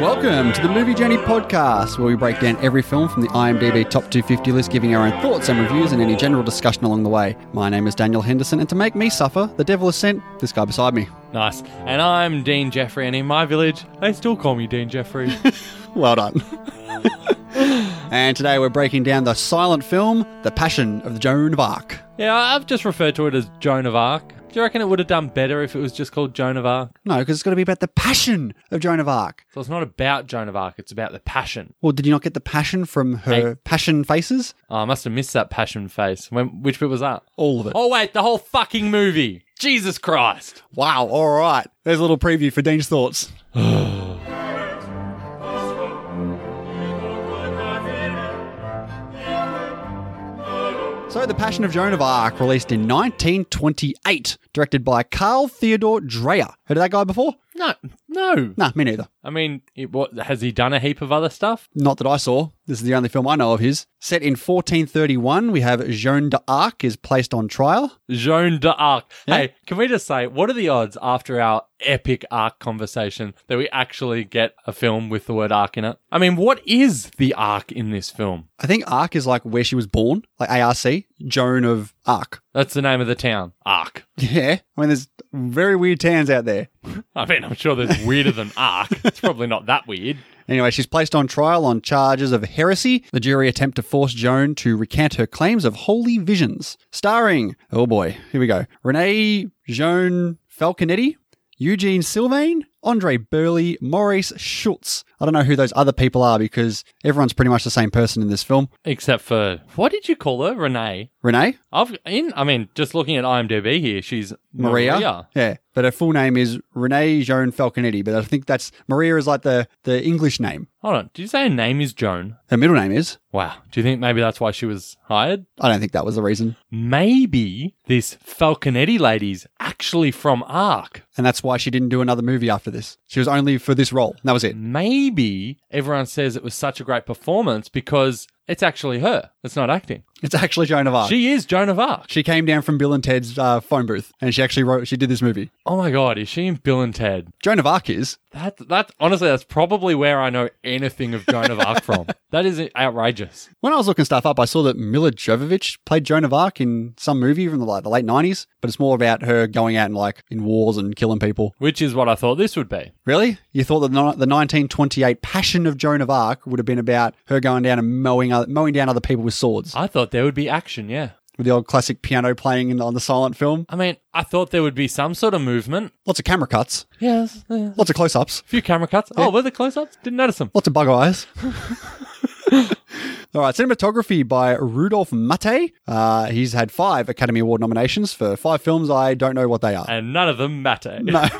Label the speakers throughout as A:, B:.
A: Welcome to the Movie Journey Podcast, where we break down every film from the IMDb Top 250 list, giving our own thoughts and reviews and any general discussion along the way. My name is Daniel Henderson, and to make me suffer, the devil is sent this guy beside me.
B: Nice. And I'm Dean Jeffrey, and in my village, they still call me Dean Jeffrey.
A: Well done. and today we're breaking down the silent film, The Passion of the Joan of Arc.
B: yeah, I've just referred to it as Joan of Arc. Do you reckon it would have done better if it was just called Joan of Arc?
A: No, because it's got to be about the passion of Joan of Arc.
B: So it's not about Joan of Arc, it's about the passion.
A: Well, did you not get the passion from her passion faces?
B: Oh, I must have missed that passion face. When, which bit was that?
A: All of it.
B: Oh, wait, the whole fucking movie. Jesus Christ.
A: Wow, all right. There's a little preview for Dean's thoughts. So, The Passion of Joan of Arc, released in 1928, directed by Carl Theodore Dreyer. Heard of that guy before?
B: No, no.
A: Nah, me neither.
B: I mean, it, what, has he done a heap of other stuff?
A: Not that I saw. This is the only film I know of his. Set in 1431, we have Joan d'Arc is placed on trial.
B: Joan de Arc. Hey, can we just say, what are the odds after our epic arc conversation that we actually get a film with the word arc in it? I mean, what is the arc in this film?
A: I think Arc is like where she was born, like ARC, Joan of Arc.
B: That's the name of the town, Arc.
A: Yeah. I mean, there's very weird tans out there.
B: I mean, I'm sure there's weirder than arc. It's probably not that weird.
A: Anyway, she's placed on trial on charges of heresy. The jury attempt to force Joan to recant her claims of holy visions. Starring, oh boy, here we go Renee Joan Falconetti, Eugene Sylvain, Andre Burley, Maurice Schultz. I don't know who those other people are because everyone's pretty much the same person in this film.
B: Except for, what did you call her? Renee?
A: Renee?
B: I've in. I mean, just looking at IMDb here, she's
A: Maria?
B: Maria.
A: Yeah. But her full name is Renee Joan Falconetti, but I think that's Maria is like the, the English name.
B: Hold on. Did you say her name is Joan?
A: Her middle name is.
B: Wow. Do you think maybe that's why she was hired?
A: I don't think that was the reason.
B: Maybe this Falconetti lady's actually from Arc.
A: and that's why she didn't do another movie after this. She was only for this role. And that was it.
B: Mm. Maybe everyone says it was such a great performance because it's actually her. It's not acting.
A: It's actually Joan of Arc. She,
B: She is Joan of Arc.
A: came down from Bill and Ted's uh, phone booth, and she actually wrote. She did this movie.
B: Oh my god, is she in Bill and Ted?
A: Joan of Arc is.
B: That that honestly, that's probably where I know anything of Joan of Arc from. That is outrageous.
A: When I was looking stuff up, I saw that Mila Jovovich played Joan of Arc in some movie from the, like the late nineties, but it's more about her going out and like in wars and killing people.
B: Which is what I thought this would be.
A: Really? You thought that the ni- the 1928 Passion of Joan of Arc would have been about her going down and mowing oth- mowing down other people with swords,
B: I thought there would be action, yeah.
A: with the old classic piano playing in, on the silent film,
B: I mean, I thought there would be some sort of movement.
A: lots of camera cuts,
B: Yes, yeah.
A: lots of close-ups.
B: A few camera cuts. Oh, were there close-ups? Didn't notice them.
A: Lots of bug eyes. All right, cinematography by Rudolf Matte. Uh, he's had five Academy Award nominations for five films. I don't know what they are.
B: And none of them matter.
A: No.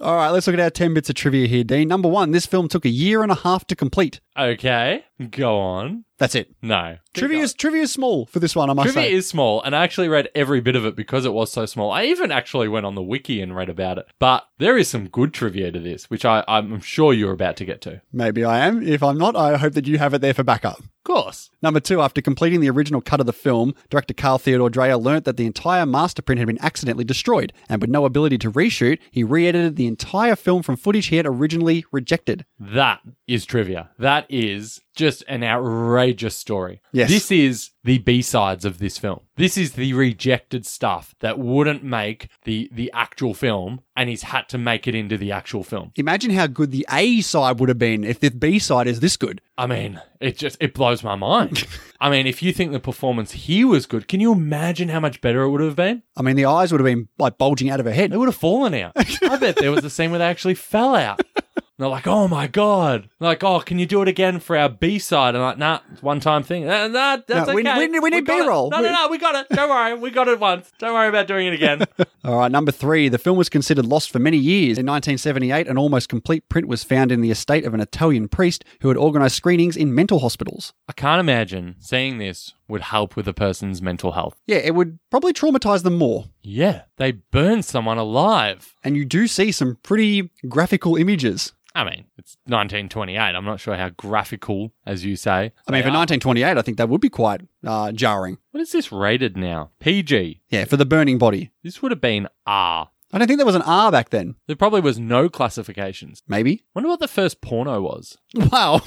A: All right, let's look at our 10 bits of trivia here, Dean. Number one, this film took a year and a half to complete.
B: Okay, go on.
A: That's it.
B: No.
A: Trivia is, trivia is small for this one, I must
B: Trivia
A: say.
B: is small, and I actually read every bit of it because it was so small. I even actually went on the wiki and read about it. But there is some good trivia to this, which I, I'm sure you're about to get to. Of
A: Maybe I am. If I'm not, I hope that you have it there for backup.
B: course.
A: Number two, after completing the original cut of the film, director Carl Theodore Dreyer learnt that the entire master print had been accidentally destroyed, and with no ability to reshoot, he re edited the entire film from footage he had originally rejected.
B: That is trivia. That is just an outrageous story.
A: Yes.
B: This is the B-sides of this film. This is the rejected stuff that wouldn't make the the actual film and he's had to make it into the actual film.
A: Imagine how good the A side would have been if the B side is this good.
B: I mean, it just it blows my mind. I mean, if you think the performance here was good, can you imagine how much better it would have been?
A: I mean, the eyes would have been like bulging out of her head.
B: They would have fallen out. I bet there was a scene where they actually fell out. And they're like, oh my God. And they're like, oh, can you do it again for our B side? And I'm like, nah, it's one time thing. Nah, nah, that's
A: No, we-
B: okay.
A: we need- we need
B: got it.
A: B-roll.
B: No, no, no, we got it. Don't worry. We got it once. Don't worry about doing it again.
A: All right, number three. The film was considered lost for many years. In 1978, an almost complete print was found in the estate of an Italian priest who had organized screenings in mental hospitals.
B: I can't imagine seeing this would help with a person's mental health.
A: Yeah, it would probably traumatize them more.
B: Yeah, they burn someone alive.
A: and you do see some pretty graphical images.
B: I mean, it's 1928. I'm not sure how graphical, as you say.
A: I mean,
B: they
A: for
B: are.
A: 1928, I think that would be quite uh, jarring.
B: What is this rated now? PG.
A: Yeah, for the burning body.
B: This would have been R.
A: I don't think there was an R back then.
B: There probably was no classifications.
A: Maybe.
B: Wonder what the first porno was.
A: Wow.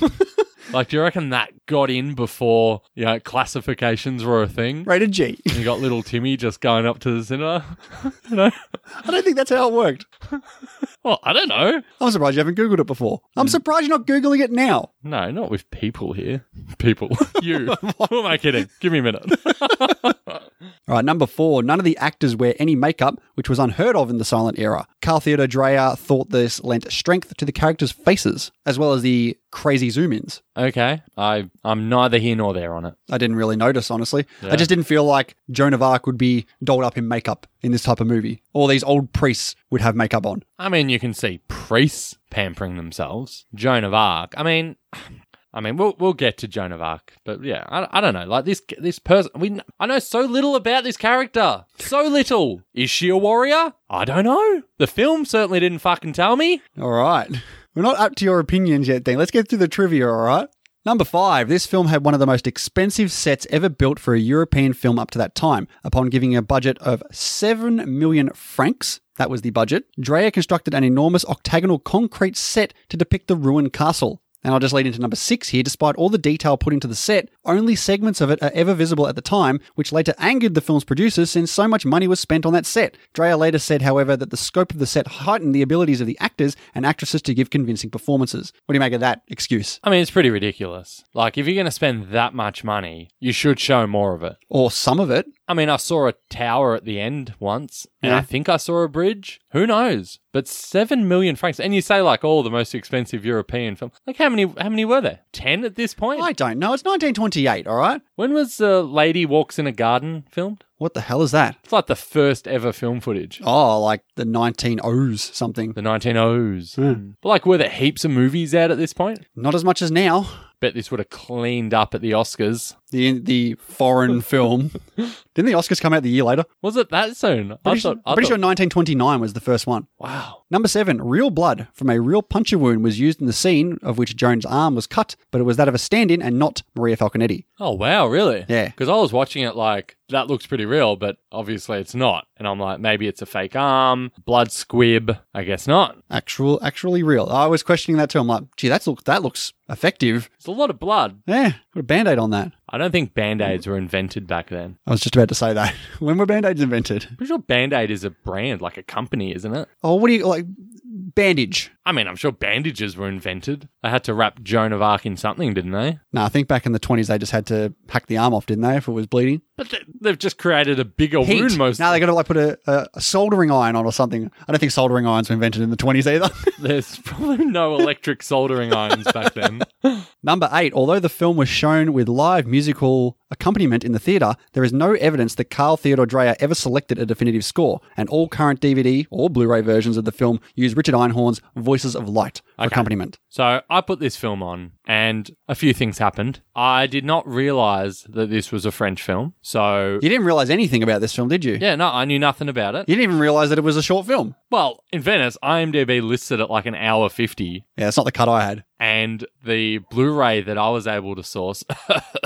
B: Like, do you reckon that got in before you know, classifications were a thing?
A: Rated G.
B: And you got little Timmy just going up to the cinema. you know?
A: I don't think that's how it worked.
B: Well, I don't know.
A: I'm surprised you haven't Googled it before. I'm
B: Hmm.
A: surprised you're not Googling it now.
B: No, not with people here. People, you. Who am I kidding? Give me a minute.
A: All right, number four. None of the actors wear any makeup, which was unheard of in the silent era. Carl Theodor Dreyer thought this lent strength to the characters' faces, as well as the crazy zoom ins.
B: okay, I I'm neither here nor there on it.
A: I didn't really notice, honestly. I
B: Yeah.
A: just didn't feel like Joan of Arc would be dolled up in makeup in this type of movie. All these old priests would have makeup on.
B: I mean, you can see priests pampering themselves. Joan of Arc. I mean, I mean, we'll we'll get to Joan of Arc, but yeah, I, I don't know. Like this this person, we kn- I know so little about this character. So little. Is she a warrior? I don't know. The film certainly didn't fucking tell me.
A: All right. We're not up to your opinions yet, then. Let's get through the trivia, all right? Number five, this film had one of the most expensive sets ever built for a European film up to that time. Upon giving a budget of 7 million francs, that was the budget, Dreyer constructed an enormous octagonal concrete set to depict the ruined castle. And I'll just lead into number six here. Despite all the detail put into the set, only segments of it are ever visible at the time, which later angered the film's producers since so much money was spent on that set. Dreyer later said, however, that the scope of the set heightened the abilities of the actors and actresses to give convincing performances. What do you make of that excuse?
B: I mean, it's pretty ridiculous. Like, if you're going to spend that much money, you should show more of it.
A: Or some of it.
B: I mean, I saw a tower at the end once, and
A: Yeah.
B: I think I saw a bridge. Who knows? But seven million francs, and you say like, oh, the most expensive European film. Like, how many? How many were there? Ten at this point.
A: I don't know. It's 1928, all right?
B: When was the lady walks in a garden filmed?
A: What the hell is that?
B: It's like the first ever film footage.
A: Oh, like the 1900s something.
B: The 1900s.
A: Hmm.
B: But like, were there heaps of movies out at this point?
A: Not as much as now.
B: Bet this would have cleaned up at the Oscars.
A: The the foreign film. Didn't the Oscars come out the year later?
B: Was it that soon? I
A: Pretty,
B: thought. I
A: pretty
B: thought
A: sure 1929 was the first one.
B: Wow.
A: Number seven, real blood from a real puncture wound was used in the scene of which Joan's arm was cut, but it was that of a stand-in and not Maria Falconetti.
B: Oh wow, really?
A: Yeah.
B: Because I was watching it like that looks pretty real, but obviously it's not. And I'm like, maybe it's a fake arm, blood squib. I guess not.
A: Actual, actually real. I was questioning that too. I'm like, gee, that's look, that looks effective.
B: It's a lot of blood.
A: Yeah, put a band-aid on that.
B: I don't think band aids were invented back then.
A: I was just about to say that. when were band-aids invented?
B: Pretty sure band aid is a brand, like a company, isn't it?
A: Oh, what do you like? Bandage.
B: I mean, I'm sure bandages were invented. They had to wrap Joan of Arc in something, didn't they?
A: Nah, I think back in the 20s they just had to hack the arm off, didn't they? If it was bleeding.
B: But they- they've just created a bigger wound most.
A: Now they got to like put a, a, a soldering iron on or something. I don't think soldering irons were invented in the 20s either.
B: There's probably no electric soldering irons back then.
A: Number eight, although the film was shown with live musical accompaniment in the theatre, there is no evidence that Carl Theodore Dreyer ever selected a definitive score, and all current DVD or Blu ray versions of the film use Richard Einhorn's Voices of Light for accompaniment.
B: So I put this film on, and a few things happened. I did not realize that this was a French film. So,
A: You didn't realise anything about this film, did you?
B: yeah, no, I knew nothing about it.
A: You didn't even realise that it was a short film.
B: Well, in Venice, IMDb listed it like an hour 50,
A: Yeah, that's not the cut I had.
B: and the Blu ray that I was able to source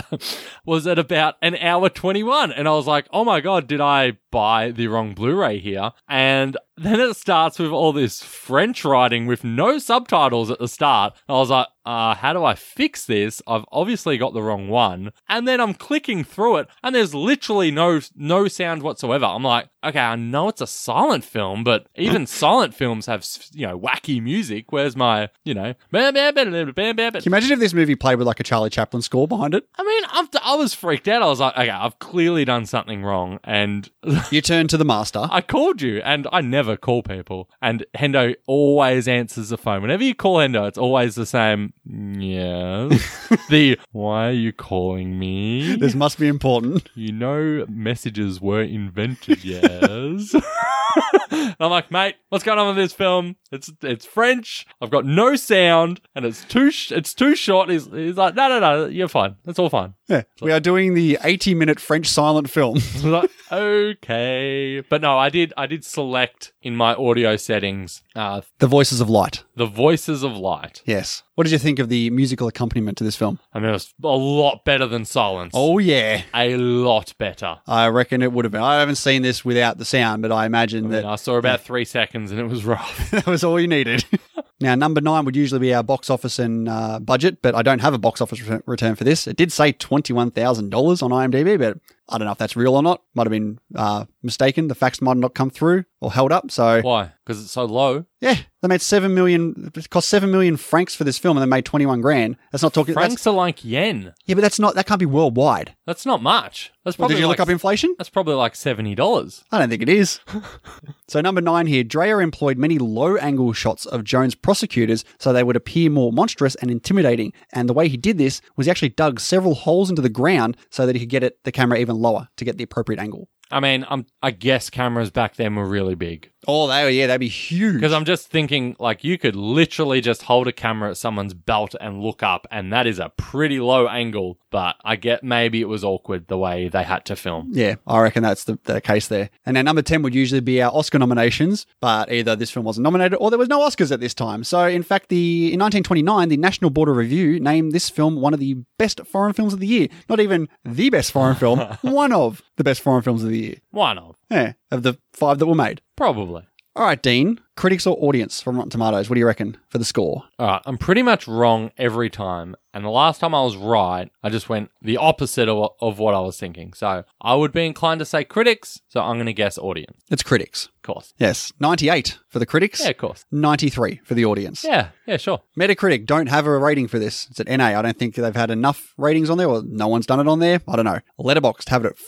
B: was at about an hour 21. And I was like, oh my God, did I buy the wrong Blu ray here? And then it starts with all this French writing with no subtitles at the start. I was like, uh, how do I fix this? I've obviously got the wrong one. And then I'm clicking through it, and there's literally no no sound whatsoever. I'm like, okay, I know it's a silent film, but even silent films have you know wacky music. Where's my you know? bam, bam, bam, bam, bam, bam, bam.
A: Can you imagine if this movie played with like a Charlie Chaplin score behind it?
B: I mean, after I was freaked out, I was like, okay, I've clearly done something wrong, and
A: You turn to the master.
B: I called you, and I never call people. And Hendo always answers the phone. Whenever you call Hendo, it's always the same. Yes. the why are you calling me?
A: This must be important.
B: You know, messages were invented. Yes. I'm like, mate, what's going on with this film? It's it's French. I've got no sound, and it's too sh- it's too short. He's, he's like, no, no, no, you're fine. That's all fine.
A: Yeah, we are doing the 80 minute French silent film.
B: I was like, okay, but no, I did. I did select in my audio settings uh,
A: the Voices of Light.
B: the voices of light.
A: Yes. What did you think of the musical accompaniment to this film?
B: I mean, it's a lot better than Silence.
A: Oh yeah,
B: A lot better.
A: I reckon it would have been. I haven't seen this without the sound, but I imagine
B: I, mean,
A: that
B: I saw about three seconds and it was rough.
A: that was all you needed. now, number nine would usually be our box office and uh, budget, but I don't have a box office return- return for this. It did say twenty-one thousand dollars on IMDb, but I don't know if that's real or not. Might have been uh, mistaken. The facts might have not come through or held up. So
B: Why? Because it's so low.
A: yeah, they made seven million. It cost seven million francs for this film, and they made twenty-one grand. That's not talking. that's-
B: Francs are like yen.
A: yeah, but that's not. That can't be worldwide.
B: That's not much. That's
A: Well,
B: probably
A: did you
B: like,
A: look up inflation?
B: That's probably like seventy dollars.
A: I don't think it is. so number nine here, Dreyer employed many low angle shots of Jones' prosecutors so they would appear more monstrous and intimidating. And the way he did this was he actually dug several holes into the ground so that he could get it the camera even lower to get the appropriate angle.
B: I mean, I'm, I guess cameras back then were really big.
A: Oh, they yeah, that'd be huge.
B: Because I'm just thinking, like, you could literally just hold a camera at someone's belt and look up, and that is a pretty low angle. But I get maybe it was awkward the way they had to film.
A: yeah, I reckon that's the, the case there. And now number 10 would usually be our Oscar nominations, but either this film wasn't nominated or there was no Oscars at this time. So in fact, the in 1929, the National Board of Review named this film one of the best foreign films of the year. Not even the best foreign film, one of the best foreign films of the year.
B: Why not?
A: Yeah, of the five that were made.
B: Probably.
A: All right, Dean, critics or audience from Rotten Tomatoes, what do you reckon for the score?
B: All right, I'm pretty much wrong every time. And the last time I was right, I just went the opposite of, of what I was thinking. So I would be inclined to say critics. So I'm going to guess audience.
A: It's critics.
B: Of course.
A: Yes, 98 for the critics,
B: Yeah, of course.
A: 93 for the audience.
B: Yeah, yeah, sure.
A: Metacritic don't have a rating for this. It's at NA. I don't think they've had enough ratings on there, or no one's done it on there. I don't know. Letterboxd have it at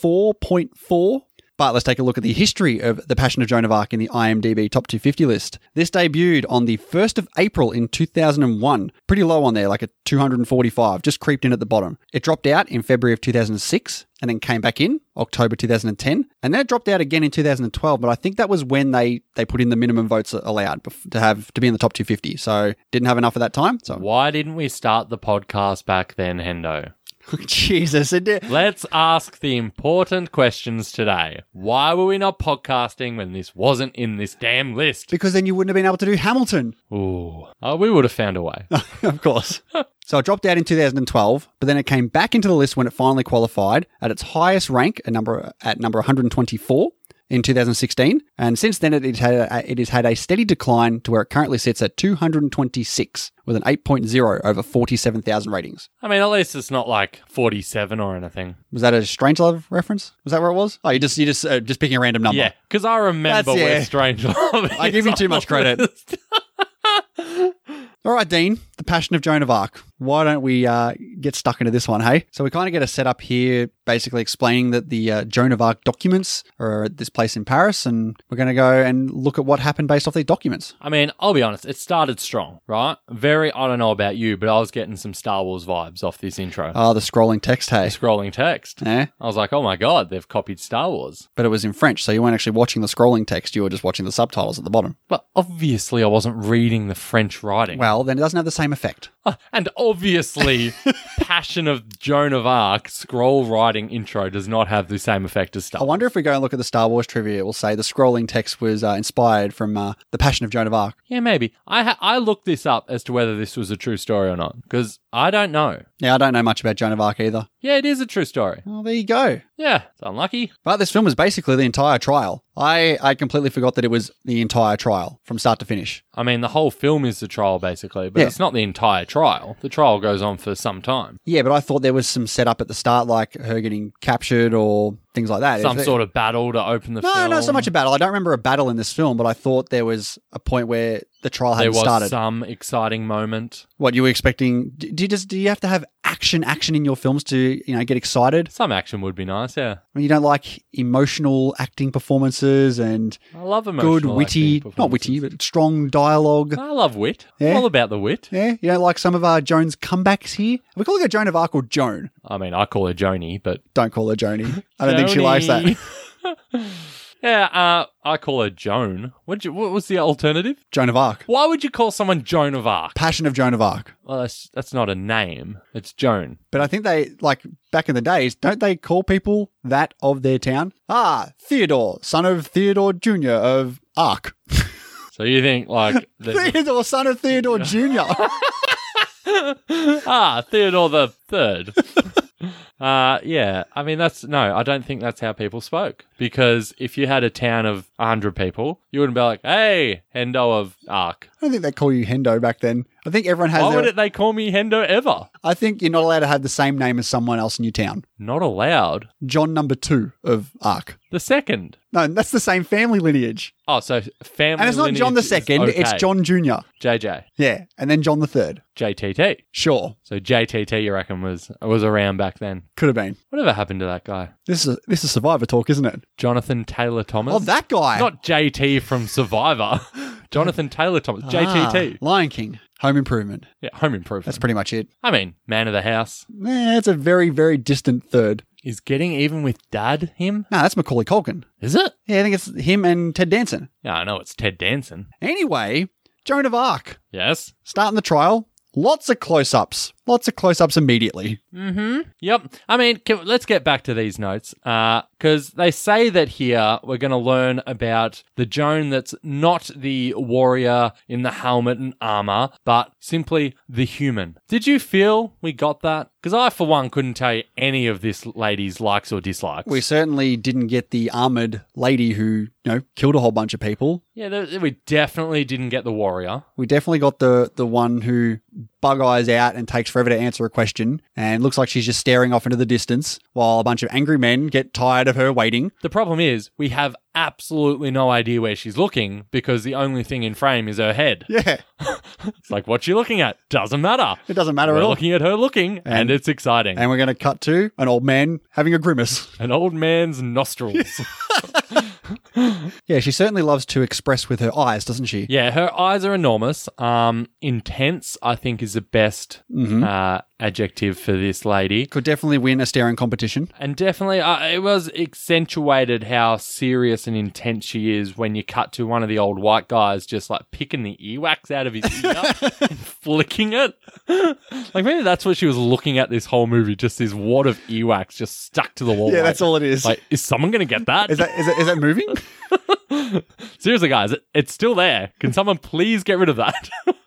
A: 4.4. But let's take a look at the history of The Passion of Joan of Arc in the IMDb Top 250 list. This debuted on the 1st of April in 2001. Pretty low on there, like a 245, just creeped in at the bottom. It dropped out in February of 2006 and then came back in October 2010. And then it dropped out again in 2012, but I think that was when they, they put in the minimum votes allowed bef- to have to be in the top 250. So didn't have enough at that time. So
B: Why didn't we start the podcast back then, Hendo?
A: Jesus, it did.
B: Let's ask the important questions today. Why were we not podcasting when this wasn't in this damn list?
A: Because then you wouldn't have been able to do Hamilton.
B: Ooh. Oh, we would have found a way.
A: of course. so it dropped out in 2012, but then it came back into the list when it finally qualified at its highest rank, a number at number 124 in 2016. And since then, it has had a, it has had a steady decline to where it currently sits at 226 with an 8.0 over 47,000 ratings.
B: I mean, at least it's not like 47 or anything.
A: Was that a Strange Love reference? Was that where it was? Oh, you just you just uh, just picking a random number.
B: Yeah, because I remember
A: That's- yeah.
B: where Strange Love
A: I give you too much credit. All right, Dean, The Passion of Joan of Arc. Why don't we uh, get stuck into this one, hey? So we kind of get a setup here, basically explaining that the uh, Joan of Arc documents are at this place in Paris, and we're going to go and look at what happened based off these documents.
B: I mean, I'll be honest, it started strong, right? Very, I don't know about you, but I was getting some Star Wars vibes off this intro.
A: Ah, the scrolling text, hey?
B: Scrolling text.
A: Eh?
B: I was like, oh my god, they've copied Star Wars.
A: But it was in French, so you weren't actually watching the scrolling text, you were just watching the subtitles at the bottom.
B: But obviously, I wasn't reading the French writing.
A: Well, then it doesn't have the same effect.
B: And obviously, Passion of Joan of Arc scroll writing intro does not have the same effect as
A: I
B: Star Wars.
A: wonder if we go and look at the Star Wars trivia, it will say the scrolling text was uh, inspired from uh, The Passion of Joan of Arc.
B: Yeah, maybe. I ha- I looked this up as to whether this was a true story or not because I don't know.
A: Now, I don't know much about Joan of Arc either.
B: Yeah, it is a true story.
A: Well, there you go.
B: Yeah, it's unlucky.
A: But this film was basically the entire trial. I, I completely forgot that it was the entire trial from start to finish.
B: I mean, the whole film is the trial basically, but
A: Yeah.
B: it's not the entire trial. The trial goes on for some time.
A: Yeah, but I thought there was some setup at the start, like her getting captured or things like that.
B: Some sort of battle to open the
A: no,
B: film.
A: not so much a battle. I don't remember a battle in this film, but I thought there was a point where the trial
B: There
A: hadn't
B: was
A: started.
B: some exciting moment.
A: What you were expecting? d- Do you just do you have to have action, action in your films to you know get excited?
B: Some action would be nice. Yeah,
A: I mean, you don't like emotional acting performances and
B: I love emotional.
A: good witty,
B: acting
A: not witty,
B: performances.
A: but strong dialogue.
B: I love wit.
A: Yeah.
B: I'm all about the wit.
A: Yeah, you don't like some of our Joan's comebacks here? Are we calling her Joan of Arc or Joan?
B: I mean, I call her Joni, but
A: Don't call her Joni. I don't think she likes that.
B: that. yeah, uh, I call her Joan. What you? What was the alternative?
A: Joan of Arc.
B: Why would you call someone Joan of Arc?
A: Passion of Joan of Arc.
B: Well, that's that's not a name. It's Joan.
A: But I think they, like, back in the days, don't they call people that of their town? Ah, Theodore, son of Theodore Jr. of Arc.
B: So you think like there's a-
A: Theodore, son of Theodore Jr.
B: ah, Theodore the Third. Uh, yeah, I mean that's no, I don't think that's how people spoke because if you had a town of hundred people, you wouldn't be like, "Hey, Hendo of Ark."
A: I don't think they call you Hendo back then. I think everyone has
B: Why
A: their.
B: would it they call me Hendo ever?
A: I think you're not allowed to have the same name as someone else in your town.
B: Not allowed.
A: John number two of Ark.
B: The second.
A: No, that's the same family lineage.
B: Oh, so family.
A: And it's not John the
B: lineage is
A: second, it's
B: okay.
A: John Jr.
B: JJ,
A: Yeah, and then John the third.
B: JTT.
A: Sure,
B: So JTT, you reckon was was around back then?
A: could have been.
B: Whatever happened to that guy,
A: This is this is Survivor talk, isn't it?
B: Jonathan Taylor Thomas?
A: Oh, that guy.
B: Not JT from Survivor. Jonathan Taylor Thomas,
A: Ah,
B: JTT.
A: Lion King. Home Improvement.
B: Yeah, Home Improvement.
A: That's pretty much it.
B: I mean, man of the house.
A: Nah, it's a very very distant third.
B: Is getting even with dad him?
A: No, that's Macaulay Culkin.
B: Is it?
A: Yeah, I think it's him and Ted Danson.
B: Yeah, I know it's Ted Danson.
A: Anyway, Joan of Arc
B: Yes.
A: starting the trial. Lots of close-ups. Lots of close-ups immediately.
B: Mm-hmm. Yep. I mean, can, let's get back to these notes because they say that here we're going to learn about the Joan that's not the warrior in the helmet and armor, but simply the human. Did you feel we got that? Because I, for one, couldn't tell you any of this lady's likes or dislikes.
A: We certainly didn't get the armored lady who you know killed a whole bunch of people.
B: yeah, there, we definitely didn't get the warrior.
A: We definitely got the the one who bug eyes out and takes forever to answer a question and looks like she's just staring off into the distance while a bunch of angry men get tired of her waiting.
B: The problem is we have absolutely no idea where she's looking because the only thing in frame is her head.
A: Yeah,
B: It's like what's she looking at? Doesn't matter.
A: it doesn't matter
B: We're
A: at all.
B: looking at her looking, and,
A: And-
B: it's exciting.
A: And we're going to cut to an old man having a grimace.
B: An old man's nostrils.
A: Yeah, she certainly loves to express with her eyes, doesn't she?
B: yeah, her eyes are enormous. Um, intense, I think, is the best
A: Mhm.
B: uh, adjective for this lady.
A: Could definitely win a staring competition.
B: And definitely, uh, it was accentuated how serious and intense she is when you cut to one of the old white guys just like picking the earwax out of his ear and flicking it. like, maybe that's what she was looking at this whole movie just this wad of earwax just stuck to the wall.
A: Yeah,
B: like-
A: that's all it is.
B: Like, is someone going to get that?
A: is that is that, is that moving?
B: Seriously, guys, it, it's still there. Can someone please get rid of that?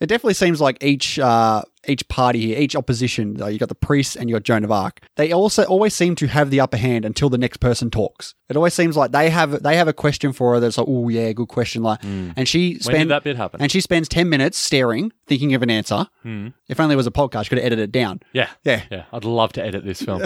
A: It definitely seems like each uh, each party here, each opposition, uh, you got the priests and you got Joan of Arc. They also always seem to have the upper hand until the next person talks. It always seems like they have they have a question for her that's like, oh yeah, good question, like, and she
B: Mm. when did
A: spend
B: that bit happen?
A: and she spends ten minutes staring, thinking of an answer.
B: Hmm.
A: If only it was a podcast, could have edited it down.
B: yeah.
A: Yeah.
B: Yeah. I'd love to edit this film.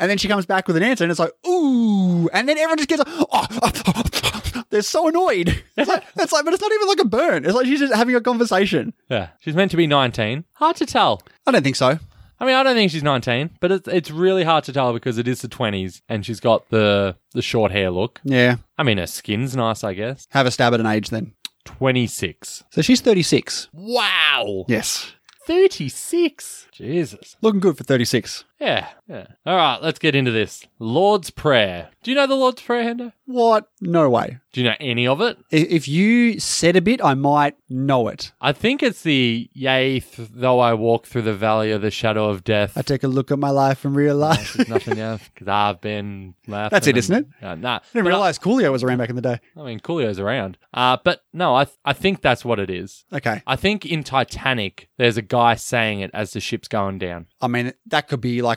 A: And then she comes back with an answer, and it's like, ooh. And then everyone just gets, oh, they're so annoyed. It's like, it's like, but it's not even like a burn. It's like she's just having a conversation.
B: yeah. She's meant to be 19. Hard to tell.
A: I don't think so.
B: I mean, I don't think she's 19, but it's, it's really hard to tell because it is the 20s and she's got the, the short hair look.
A: Yeah.
B: I mean, her skin's nice, I guess.
A: Have a stab at an age then.
B: 26.
A: So she's 36.
B: Wow.
A: Yes.
B: 36. Jesus.
A: Looking good for 36.
B: Yeah. Yeah. All right. Let's get into this. Lord's Prayer. Do you know the Lord's Prayer, Hendo?
A: What? No way.
B: Do you know any of it?
A: I- If you said a bit, I might know it.
B: I think it's the yea, th- though I walk through the valley of the shadow of death.
A: I take a look at my life and realize.
B: There's nothing else because I've been laughing.
A: That's it, isn't it?
B: No, nah.
A: I didn't realize Coolio was around back in the day.
B: I mean, Coolio's around. Uh, but no, I, th- I think that's what it is.
A: Okay.
B: I think in Titanic, there's a guy saying it as the ship's going down.
A: I mean, that could be like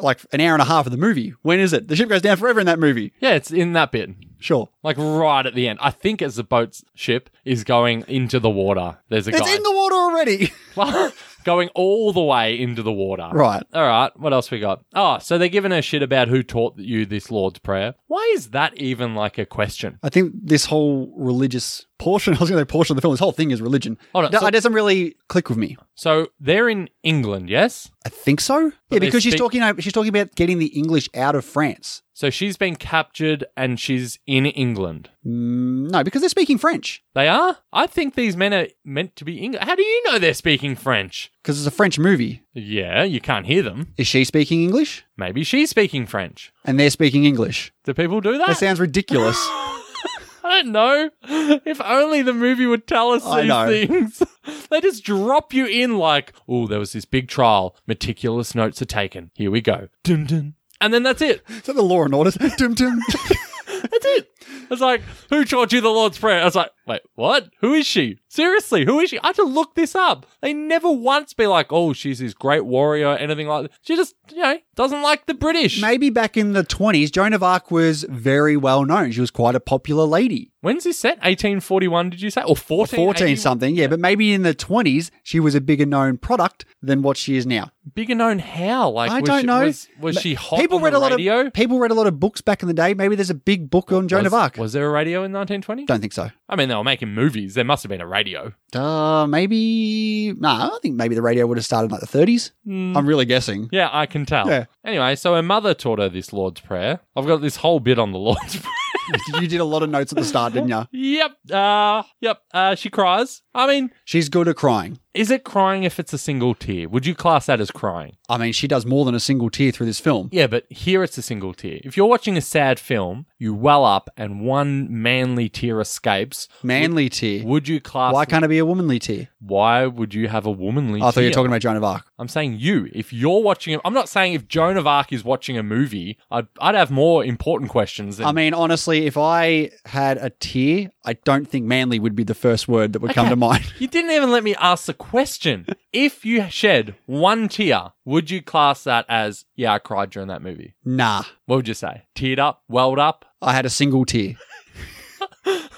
A: like an hour and a half of the movie. When is it? The ship goes down forever in that movie.
B: Yeah, it's in that bit.
A: Sure.
B: Like right at the end. I think as the boat's ship is going into the water, there's a
A: It's
B: guy
A: in the water already.
B: going all the way into the water.
A: right.
B: All right, what else we got? Oh, so they're giving a shit about who taught you this Lord's Prayer. Why is that even like a question?
A: I think this whole religious portion, I was going to say portion of the film, this whole thing is religion.
B: Hold on,
A: That-
B: so-
A: it doesn't really click with me.
B: So they're in England, yes?
A: I think so. yeah,
B: they
A: because she's
B: speak-
A: talking about, she's talking about getting the English out of France.
B: So she's been captured and she's in England.
A: Mm, no, because they're speaking French.
B: They are? I think these men are meant to be English. How do you know they're speaking French?
A: Because it's a French movie.
B: Yeah, you can't hear them.
A: Is she speaking English?
B: Maybe she's speaking French.
A: And they're speaking English.
B: Do people do that?
A: That sounds ridiculous.
B: I don't know. If only the movie would tell us
A: I know.
B: these things. they just drop you in like, oh, there was this big trial. Meticulous notes are taken. Here we go. Dun dun. And then that's it.
A: Is that the law and orders? Dum dum.
B: That's it. It's like, who taught you the Lord's Prayer? I was like, wait, what? Who is she? Seriously, who is she? I had to look this up. They never once be like, oh, she's this great warrior, or anything like that. She just, you know, doesn't like the British.
A: Maybe back in the 20s, Joan of Arc was very well known. She was quite a popular lady.
B: When's this set? 1841, did you say? Or 14?
A: 14 something, yeah, but maybe in the 20s, she was a bigger known product than what she is now.
B: Bigger known how? Like,
A: I
B: was
A: don't
B: she,
A: know.
B: Was, was she hot
A: people
B: on
A: read
B: the
A: a lot
B: radio?
A: of people read a lot of books back in the day. Maybe there's a big book on Joan
B: was,
A: of Arc.
B: Was there a radio in 1920?
A: Don't think so.
B: I mean, they were making movies. There must have been a radio.
A: Uh, maybe nah. I think maybe the radio would have started in like the 30s.
B: Hmm.
A: I'm really guessing.
B: Yeah, I can tell.
A: Yeah.
B: Anyway, so her mother taught her this Lord's Prayer. I've got this whole bit on the Lord's Prayer.
A: you did a lot of notes at the start, didn't you?
B: Yep. Uh, yep. Uh, she cries. I mean,
A: She's good at crying.
B: is it crying if it's a single tear? Would you class that as crying?
A: I mean, she does more than a single tear through this film.
B: Yeah, but here it's a single tear. If you're watching a sad film, you well up and one manly tear escapes.
A: Manly tear.
B: Would you class?
A: Why can't it be a womanly tear?
B: why would you have a womanly?
A: I thought you were
B: tear?
A: talking about Joan of Arc.
B: I'm saying you. If you're watching, I'm not saying if Joan of Arc is watching a movie, I'd, I'd have more important questions. Than,
A: I mean, honestly, if I had a tear, I don't think manly would be the first word that would come to mind.
B: You didn't even let me ask the question. if you shed one tear, would you class that as, yeah, I cried during that movie?
A: Nah,
B: What would you say? Teared up? Welled up?
A: I had a single tear.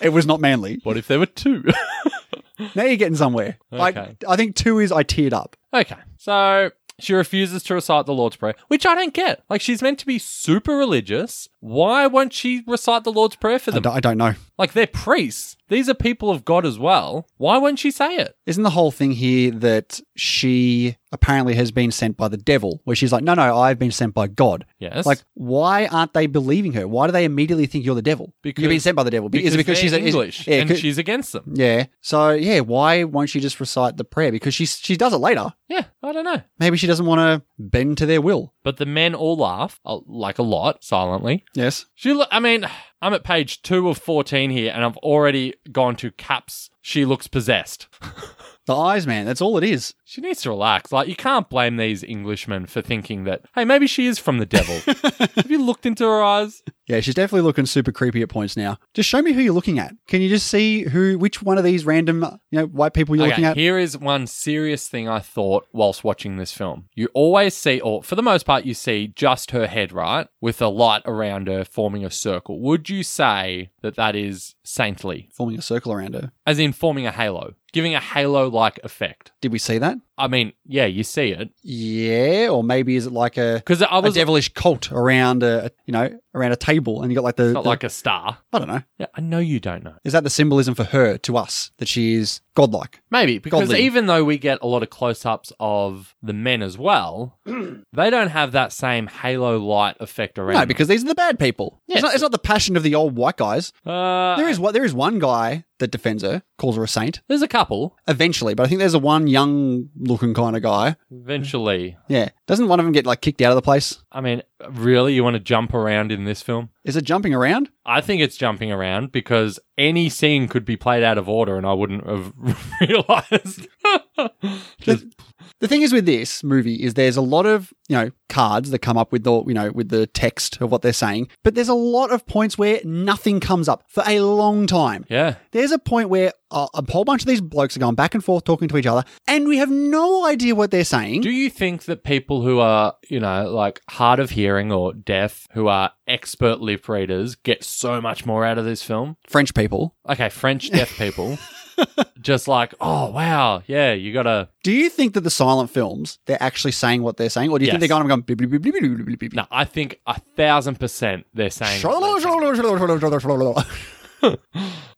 A: it was not manly.
B: What if there were two?
A: Now you're getting somewhere. Like,
B: Okay.
A: I think two is I teared up.
B: okay. So she refuses to recite the Lord's Prayer, which I don't get. Like, she's meant to be super religious. Why won't she recite the Lord's Prayer for
A: I
B: them?
A: don't, I don't know.
B: Like, they're priests. These are people of God as well. Why won't she say it?
A: Isn't the whole thing here that she apparently has been sent by the devil, where she's like, no, no, I've been sent by God.
B: Yes.
A: Like, why aren't they believing her? Why do they immediately think you're the devil?
B: Because-
A: You've been sent by the devil. Be-
B: because,
A: is it because she's
B: they're
A: a- is-
B: English
A: yeah,
B: and
A: co-
B: she's against them.
A: yeah. So yeah, why won't she just recite the prayer? Because she she does it later.
B: Yeah, I don't know.
A: Maybe she doesn't want to bend to their will.
B: But the men all laugh, uh, like a lot, silently.
A: Yes.
B: She, lo- I mean, I'm at page two of 14 here, and I've already gone to caps. She looks possessed.
A: The eyes, man. That's all it is.
B: She needs to relax. Like, you can't blame these Englishmen for thinking that, hey, maybe she is from the devil. Have you looked into her eyes?
A: Yeah, she's definitely looking super creepy at points now. Just show me who you're looking at. Can you just see who, which one of these random, you know, white people you're looking
B: Okay,
A: at?
B: here is one serious thing I thought whilst watching this film. You always see, or for the most part, you see just her head, right? With a light around her forming a circle. Would you say that that is saintly?
A: Forming a circle around her.
B: As in forming a halo, giving a halo like effect.
A: Did we see that?
B: I mean, yeah, you see it.
A: Yeah, or maybe is it like a,
B: Because I
A: a
B: was
A: devilish cult around a, you know, around a table, and you got like the,
B: not
A: the-
B: like a star.
A: I don't know.
B: Yeah, I know you don't know.
A: Is that the symbolism for her to us that she is godlike?
B: Maybe because
A: Godly.
B: even though we get a lot of close-ups of the men as well, they don't have that same halo light effect around.
A: No, because these are the bad people.
B: Yes.
A: It's, not, it's not the passion of the old white guys.
B: them. uh,
A: There is what there is one guy that defends her, calls her a saint
B: there's a couple.
A: eventually, but I think there's a one young looking kind of guy.
B: Eventually,
A: Yeah, doesn't one of them get like kicked out of the place?
B: I mean, really, you want to jump around in this film?
A: Is it jumping around?
B: I think it's jumping around because any scene could be played out of order, and I wouldn't have realized. Just-
A: The thing is with this movie is there's a lot of, you know, cards that come up with the, you know, with the text of what they're saying, but there's a lot of points where nothing comes up for a long time.
B: yeah,
A: There's a point where uh, a whole bunch of these blokes are going back and forth talking to each other and we have no idea what they're saying.
B: Do you think that people who are, you know, like hard of hearing or deaf, who are expert lip readers, get so much more out of this film?
A: French people.
B: Okay, French deaf people, just like, oh, wow, yeah, you gotta.
A: Do you think that the silent films, they're actually saying what they're saying or do you think
B: Yes.
A: they're going and going "Bip, bip, bip, bip, bip, bip, bip, bip."
B: No, I think a thousand percent they're saying.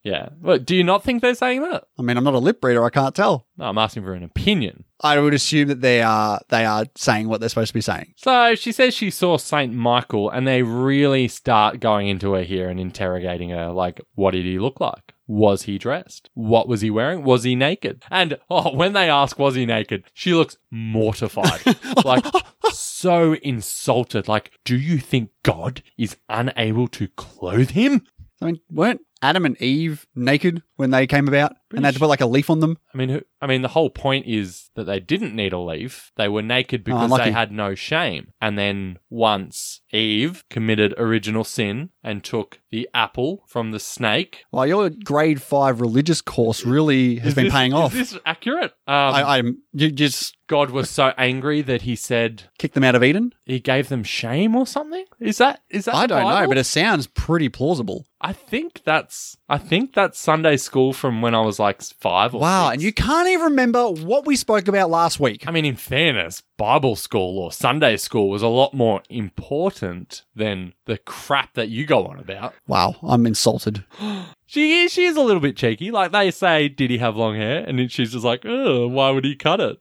B: Yeah. But do you not think they're saying that?
A: I mean, I'm not a lip reader, I can't tell.
B: No, I'm asking for an opinion.
A: I would assume that they are they are saying what they're supposed to be saying.
B: So she says she saw Saint Michael, and they really start going into her here and interrogating her. Like, what did he look like? Was he dressed? What was he wearing? Was he naked? And oh, when they ask, was he naked? She looks mortified, like so insulted. Like, do you think God is unable to clothe him?
A: I mean, weren't Adam and Eve naked when they came about, and they had to put like a leaf on them.
B: I mean, who, I mean, the whole point is that they didn't need a leaf. They were naked because
A: unlucky.
B: they had no shame. And then once Eve committed original sin and took the apple from the snake,
A: Well, your grade five religious course really has
B: Is
A: been
B: this-
A: paying off.
B: Is this accurate? Um,
A: I, I'm you just
B: God was so angry that he said
A: kick them out of Eden.
B: he gave them shame or something. Is that is that?
A: I
B: the
A: don't know,
B: Bible?
A: but it sounds pretty plausible.
B: I think that's I think that's Sunday school from when I was like five or
A: Wow,
B: six.
A: and you can't even remember what we spoke about last week.
B: I mean, in fairness, Bible school or Sunday school was a lot more important than the crap that you go on about.
A: Wow, I'm insulted.
B: She is, she is a little bit cheeky. Like they say, did he have long hair? And then she's just like, oh, why would he cut it?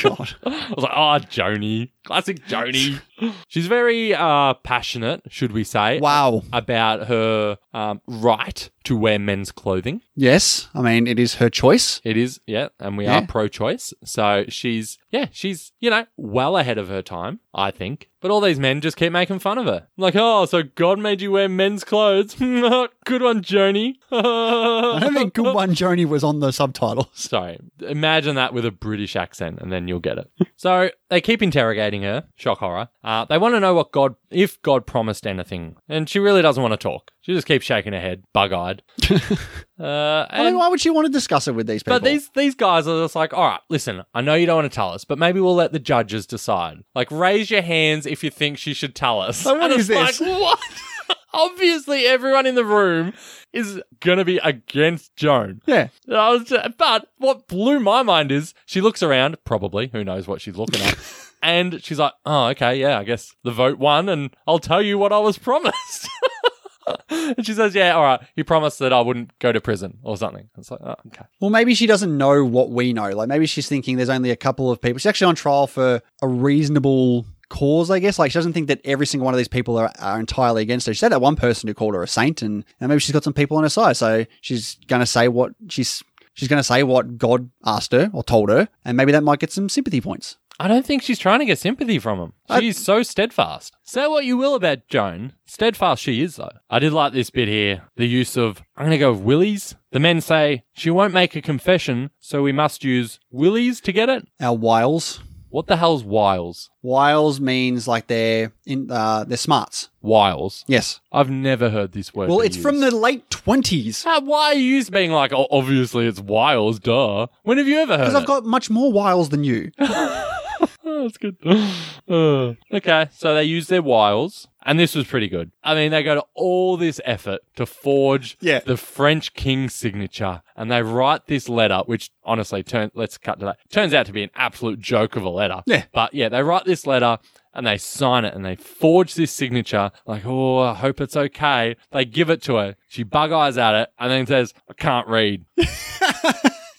A: God.
B: I was like, oh, Joni. Classic Joni. She's very uh, passionate, should we say,
A: Wow.
B: about her um, right to wear men's clothing.
A: Yes, I mean it is her choice.
B: It is, yeah, and we
A: Yeah.
B: are pro choice. So she's, yeah, she's, you know, well ahead of her time, I think. But all these men just keep making fun of her. Like, oh, so God made you wear men's clothes. good one, Joni.
A: I don't think Good One Joni was on the subtitles.
B: Sorry. Imagine that with a British accent, and then you'll get it. so they keep interrogating her. Shock horror. Uh, they want to know what God, if God promised anything, and she really doesn't want to talk. She just keeps shaking her head, bug-eyed. uh,
A: I mean,
B: and,
A: why would she want to discuss it with these people?
B: but these these guys are just like, all right, listen, I know you don't want to tell us, but maybe we'll let the judges decide. Like, raise your hands if you think she should tell us.
A: Like, what
B: And
A: is this?
B: it's Like, what? Obviously, everyone in the room is gonna be against Joan.
A: yeah,
B: And I was just- but what blew my mind is she looks around, probably, who knows what she's looking at, and she's like, oh, okay, yeah, I guess the vote won, and I'll tell you what I was promised. and she says, yeah, all right, you promised that I wouldn't go to prison or something. It's like, oh, okay.
A: Well, maybe she doesn't know what we know. Like maybe she's thinking there's only a couple of people. She's actually on trial for a reasonable cause, I guess. Like she doesn't think that every single one of these people are, are entirely against her. She said that one person who called her a saint, and, and maybe she's got some people on her side. So she's gonna say what she's she's gonna say what God asked her or told her, and maybe that might get some sympathy points.
B: I don't think she's trying to get sympathy from him.
A: I-
B: She's so steadfast. Say what you will about Joan. Steadfast she is, though. I did like this bit here the use of, I'm going to go with willies. The men say, she won't make a confession, so we must use willies to get it.
A: Our wiles.
B: What the hell's wiles?
A: Wiles means like they're in uh, they're smarts.
B: Wiles.
A: Yes.
B: I've never heard this word.
A: Well,
B: be
A: it's from
B: used.
A: the late twenties.
B: How- why are you being like, oh, obviously it's wiles, duh? When have you ever heard
A: Because I've
B: it?
A: got much more wiles than you.
B: Oh, that's good. Uh, okay, so they use their wiles, and this was pretty good. I mean, they go to all this effort to forge
A: Yeah.
B: the French king's signature, and they write this letter, which honestly, turn, let's cut to that. Turns out to be an absolute joke of a letter.
A: Yeah.
B: But yeah, they write this letter. And they sign it and they forge this signature, like, oh, I hope it's okay. They give it to her. She bug eyes at it and then says, I can't read. and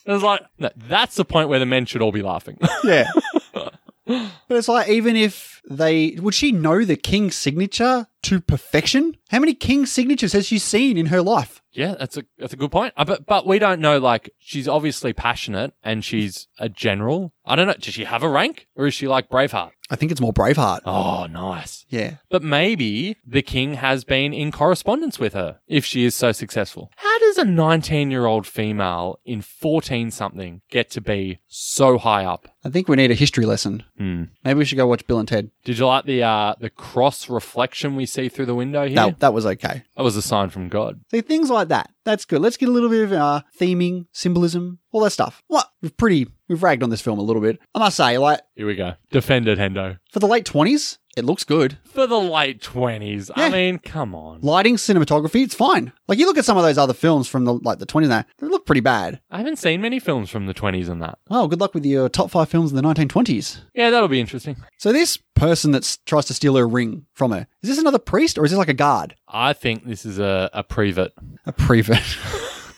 B: it's like, no, that's the point where the men should all be laughing.
A: Yeah. But it's like even if they would she know the king's signature to perfection? How many king's signatures has she seen in her life?
B: Yeah, that's a that's a good point. Uh, But but we don't know. Like she's obviously passionate and she's a general. I don't know. Does she have a rank or is she like Braveheart?
A: I think it's more Braveheart.
B: Oh, nice.
A: Yeah.
B: But maybe the king has been in correspondence with her if she is so successful. How does a 19 year old female in 14 something get to be so high up?
A: I think we need a history lesson.
B: Hmm.
A: Maybe we should go watch Bill and Ted.
B: Did you like the uh, the cross reflection we see through the window here?
A: That, that was okay.
B: That was a sign from God.
A: See, things like that. That's good. Let's get a little bit of uh, theming, symbolism, all that stuff. What? We've pretty, we've ragged on this film a little bit. I must say, like,
B: Here we go. Defended Hendo.
A: for the late 20s, it looks good.
B: For the late 20s.
A: Yeah.
B: I mean, come on.
A: Lighting, cinematography, it's fine. Like, you look at some of those other films from the, like, the 20s, now, they look pretty bad.
B: I haven't seen many films from the 20s and that.
A: Well, Oh, good luck with your top five films in the 1920s.
B: Yeah, that'll be interesting.
A: So this person that s- tries to steal her ring from her, is this another priest or is this like a guard?
B: I think this is a, a prevert.
A: A prevert.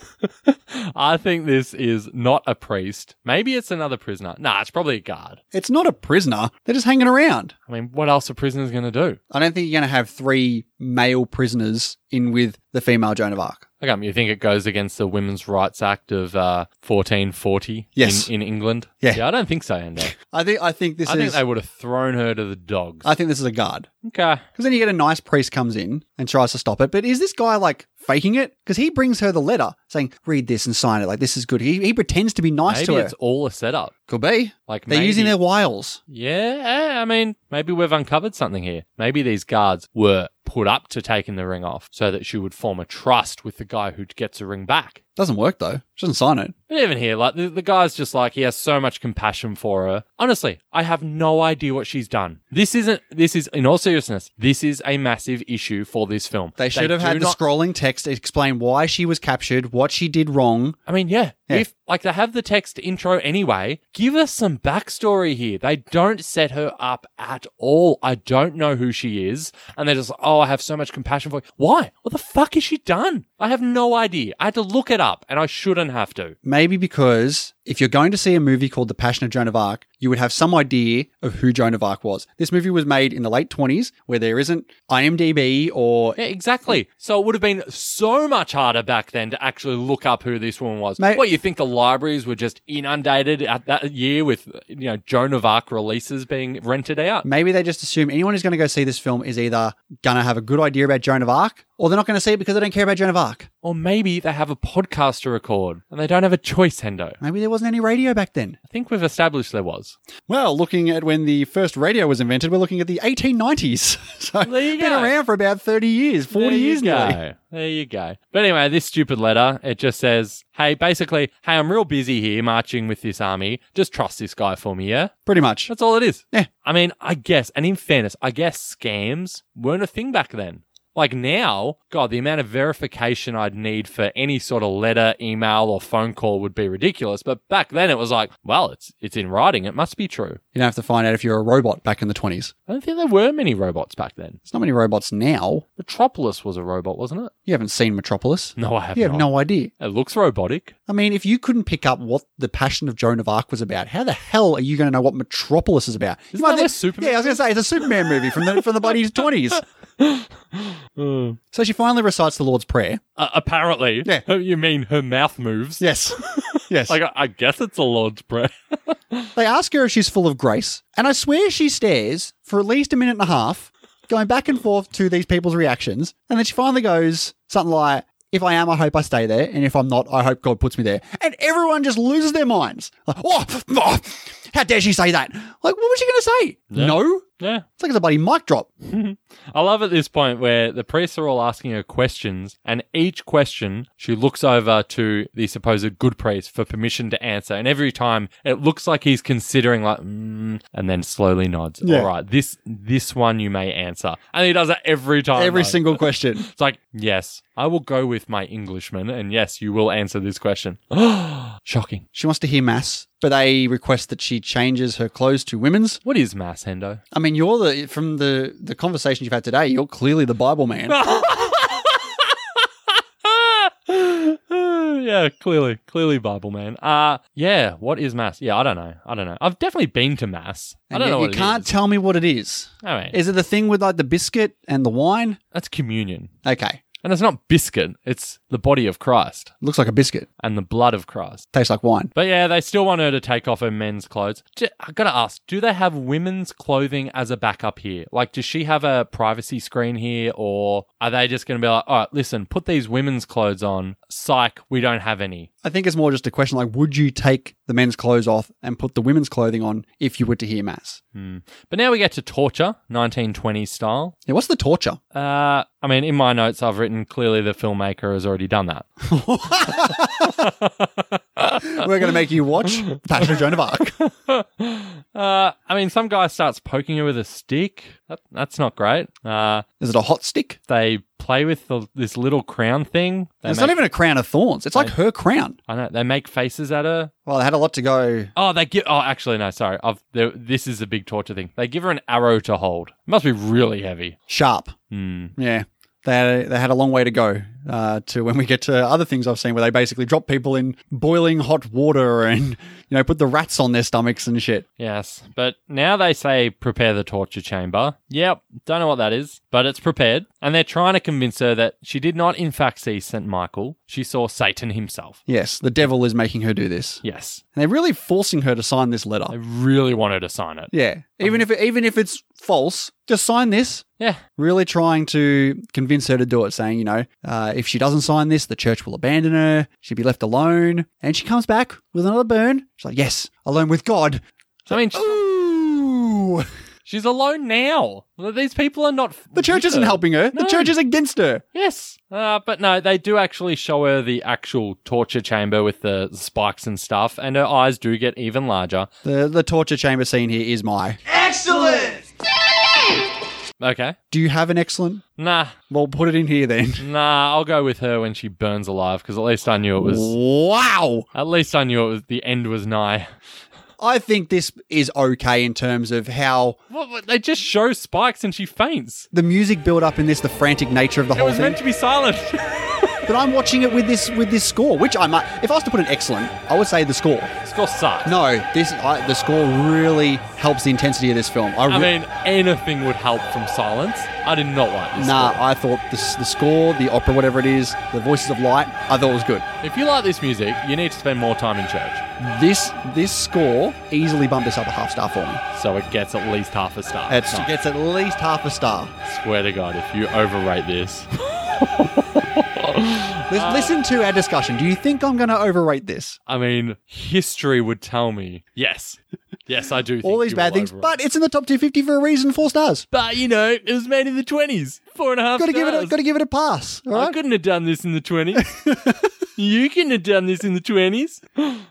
B: I think this is not a priest. Maybe it's another prisoner. Nah, it's probably a guard.
A: it's not a prisoner. They're just hanging around.
B: I mean, what else are prisoners going to do?
A: I don't think you're going to have three male prisoners in with the female Joan of Arc.
B: Okay, I mean, you think it goes against the Women's Rights Act of uh, 1440
A: Yes.
B: in, in England?
A: Yeah.
B: I don't think so, Endo.
A: I think I think this
B: I
A: is
B: think they would have thrown her to the dogs.
A: I think this is a guard
B: okay.
A: because then you get a nice priest comes in and tries to stop it. But is this guy like faking it? Because he brings her the letter saying, "Read this and sign it. Like this is good." He, he pretends to be nice
B: Maybe
A: to her.
B: it's all a setup.
A: Could be
B: Like
A: they're
B: maybe-
A: using their wiles.
B: Yeah, eh, I mean, maybe we've uncovered something here. Maybe these guards were put up to taking the ring off so that she would form a trust with the guy who gets the ring back.
A: Doesn't work though. She doesn't sign it.
B: But even here, like the, the guy's just like he has so much compassion for her. Honestly, I have no idea what she's done. This isn't. This is in all seriousness. This is a massive issue for this film.
A: They should have
B: do
A: had the
B: not-
A: scrolling text explain why she was captured, what she did wrong.
B: I mean, yeah,
A: Yeah.
B: If like they have the text intro anyway, give us some backstory here. They don't set her up at all. I don't know who she is, and they're just like, oh, I have so much compassion for. Why? What the fuck has she done? I have no idea. I had to look it up, and I shouldn't have to.
A: Maybe because if you're going to see a movie called The Passion of Joan of Arc, you would have some idea of who Joan of Arc was. This movie was made in the late 20s, where there isn't IMDb or.
B: Yeah, exactly. So it would have been so much harder back then to actually look up who this woman was.
A: Mate-
B: what you think the libraries were just inundated at that year with you know Joan of Arc releases being rented out?
A: Maybe they just assume anyone who's going to go see this film is either going to have a good idea about Joan of Arc, or they're not going to see it because they don't care about Joan of Arc.
B: Or maybe they have a podcast to record and they don't have a choice, Hendo.
A: Maybe there wasn't any radio back then.
B: I think we've established there was.
A: Well, looking at when the first radio was invented, we're looking at the 1890s. So
B: There you
A: it's been
B: go.
A: around for about 30 years, 40
B: There you
A: years
B: go.
A: now.
B: There you go. But anyway, this stupid letter, it just says, hey, basically, hey, I'm real busy here marching with this army. Just trust this guy for me, yeah?
A: Pretty much.
B: That's all it is.
A: Yeah.
B: I mean, I guess, and in fairness, I guess scams weren't a thing back then. Like now, God, the amount of verification I'd need for any sort of letter, email, or phone call would be ridiculous. But back then, it was like, well, it's it's in writing; it must be true.
A: You don't have to find out if you're a robot back in the 20s.
B: I don't think there were many robots back then.
A: There's not many robots now.
B: Metropolis was a robot, wasn't it?
A: You haven't seen Metropolis.
B: No, I have
A: You have
B: not.
A: no idea.
B: It looks robotic.
A: I mean, if you couldn't pick up what the passion of Joan of Arc was about, how the hell are you going to know what Metropolis is about? You
B: Isn't
A: might
B: that
A: think-
B: where Superman
A: Yeah, I was going to say it's a Superman movie from the from the bloody twenties.
B: Hmm.
A: So she finally recites the Lord's Prayer.
B: Uh, apparently,
A: Yeah.
B: you mean her mouth moves?
A: Yes, yes.
B: Like I, I guess it's a Lord's prayer.
A: they ask her if she's full of grace, and I swear she stares for at least a minute and a half, going back and forth to these people's reactions, and then she finally goes something like. If I am, I hope I stay there, and if I'm not, I hope God puts me there. And everyone just loses their minds. Like, oh, oh, how dare she say that? Like, what was she going to say?
B: Yeah.
A: No,
B: yeah.
A: It's like it's a bloody mic drop.
B: I love at this point where the priests are all asking her questions, and each question she looks over to the supposed good priest for permission to answer. And every time it looks like he's considering, like, mm, and then slowly nods.
A: Yeah.
B: All right, this this one you may answer, and he does that every time.
A: Every
B: though.
A: single question.
B: It's like, yes, I will go with my Englishman, and yes, you will answer this question. Shocking.
A: She wants to hear mass, but they request that she changes her clothes to women's.
B: What is mass, Hendo?
A: I mean, you're the from the the conversation you've had today. You're clearly the Bible man.
B: yeah, clearly, clearly Bible man. Uh yeah, what is mass? Yeah, I don't know. I don't know. I've definitely been to mass. I
A: And
B: don't
A: yet
B: know
A: You
B: what
A: can't
B: it is.
A: tell me what it is.
B: All right.
A: Is it the thing with like the biscuit and the wine?
B: That's communion.
A: Okay,
B: And it's not biscuit, it's the body of Christ
A: looks like a biscuit.
B: and the blood of Christ.
A: Tastes like wine.
B: But yeah, they still want her to take off her men's clothes. J- I gotta ask, do they have women's clothing as a backup here? Like, does she have a privacy screen here, or are they just gonna be like, all right, listen, put these women's clothes on. Psych, we don't have any.
A: I think it's more just a question like, would you take the men's clothes off and put the women's clothing on if you were to hear mass?
B: Hmm. But now we get to torture, 1920s style.
A: Yeah, what's the torture?
B: Uh, I mean, in my notes, I've written clearly the filmmaker has already done that.
A: We're going to make you watch Passion of Joan of Arc.
B: uh, I mean, some guy starts poking her with a stick. That, that's not great. Uh,
A: Is it a hot stick?
B: they play with the, this little crown thing. They
A: It's
B: make,
A: not even a crown of thorns. It's like her crown.
B: I know they make faces at her.
A: Well, they had a lot to go.
B: Oh, they give. Oh, actually, no, sorry. I've, there- this is a big torture thing. They give her an arrow to hold. must be really heavy.
A: Sharp.
B: Hmm.
A: Yeah. They had, they had a long way to go uh, to when we get to other things I've seen where they basically drop people in boiling hot water and you know put the rats on their stomachs and shit.
B: Yes, but now they say prepare the torture chamber. Yep, don't know what that is, but it's prepared. And they're trying to convince her that she did not, in fact, see St. Michael. She saw Satan himself.
A: Yes, the devil is making her do this,
B: Yes,
A: and they're really forcing her to sign this
B: I
A: letter.
B: really want her to sign it.
A: Yeah, even if it, even if it's false, just sign this.
B: Yeah,
A: Really trying to convince her to do it, saying, you know, uh, if she doesn't sign this, the church will abandon her. She'll be left alone. And she comes back with another burn. She's like, yes, alone with God.
B: I mean, she-
A: Ooh.
B: she's alone now. These people are not.
A: The church
B: with
A: isn't
B: her.
A: helping her. The
B: No.
A: church is against her.
B: Yes, uh, but no, they do actually show her the actual torture chamber with the spikes and stuff, and her eyes do get even larger.
A: The the torture chamber scene here is my.
B: Okay,
A: Do you have an excellent?
B: nah,
A: Well, put it in here then.
B: nah, I'll go with her when she burns alive because at least I knew it was.
A: Wow.
B: At least I knew it was the end was nigh.
A: I think this is okay in terms of how
B: What, what, they just show spikes and she faints.
A: the music build up in this, the frantic nature of the
B: It
A: whole
B: was
A: thing.
B: meant to be silent.
A: But I'm watching it with this with this score, which I might. If I was to put an excellent, I would say the score.
B: Score sucks.
A: No, this I, the score really helps the intensity of this film. I,
B: I
A: re-
B: mean, anything would help from silence. I did not like this.
A: nah, I thought this the score, the opera, whatever it is, the voices of light. I thought it was good.
B: If you like this music, you need to spend more time in church.
A: This this score easily bumped this up a half star for me.
B: So it gets at least half a star.
A: It
B: No,
A: gets at least half a star.
B: I swear to God, if you overrate this,
A: Lis- listen to our discussion. Do you think I'm going to overrate this?
B: I mean, history would tell me yes, yes, I do. Think
A: All these
B: you
A: bad
B: will
A: things,
B: overrate.
A: but it's in the top 250 for a reason. Four stars.
B: but you know, it was made in the twenties, four and a half.
A: Got to give it. A,
B: stars.
A: got to give it a pass. All right.
B: I couldn't have done this in the 20s. you couldn't have done this in the 20s.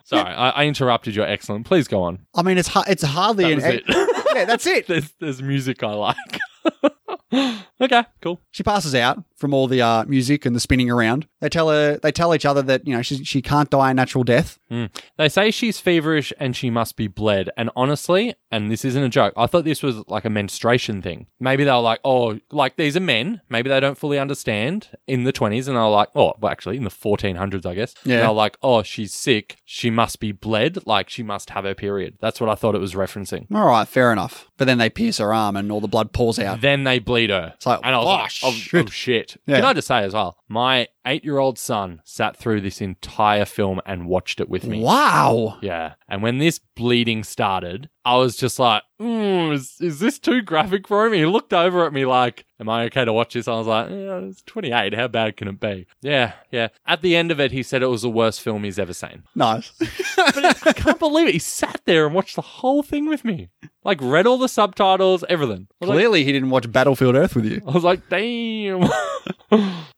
B: Sorry, I, I interrupted your excellent. Please go on.
A: I mean, it's ha- it's hardly
B: That
A: an. e-
B: was it.
A: yeah, that's it.
B: There's, there's music I like. okay, cool.
A: She passes out from all the uh, music and the spinning around. They tell her. They tell each other that you know she she can't die a natural death.
B: They say she's feverish and she must be bled. And honestly, and this isn't a joke, I thought this was like a menstruation thing. Maybe they were like, oh, like these are men. Maybe they don't fully understand in the 20s. And they were like, oh, well, actually, in the 1400s, I guess.
A: Yeah.
B: They were like, oh, she's sick. She must be bled. Like, she must have her period. That's what I thought it was referencing.
A: All right, fair enough. But then they pierce her arm and all the blood pours out.
B: Then they bleed her.
A: It's like,
B: and I was
A: oh,
B: like, oh,
A: shit.
B: oh, shit.
A: Yeah.
B: Can I just say as well, my eight year old son sat through this entire film and watched it with me.
A: Wow.
B: Yeah. And when this bleeding started, I was just like, mm, is, is this too graphic for him? He looked over at me like, am I okay to watch this? I was like, yeah, it's 28. How bad can it be? Yeah. Yeah. At the end of it, he said it was the worst film he's ever seen.
A: Nice.
B: But I can't believe it. He sat there and watched the whole thing with me. Like, read all the subtitles, everything. I was like,
A: Clearly, he didn't watch Battlefield Earth with you.
B: I was like, damn.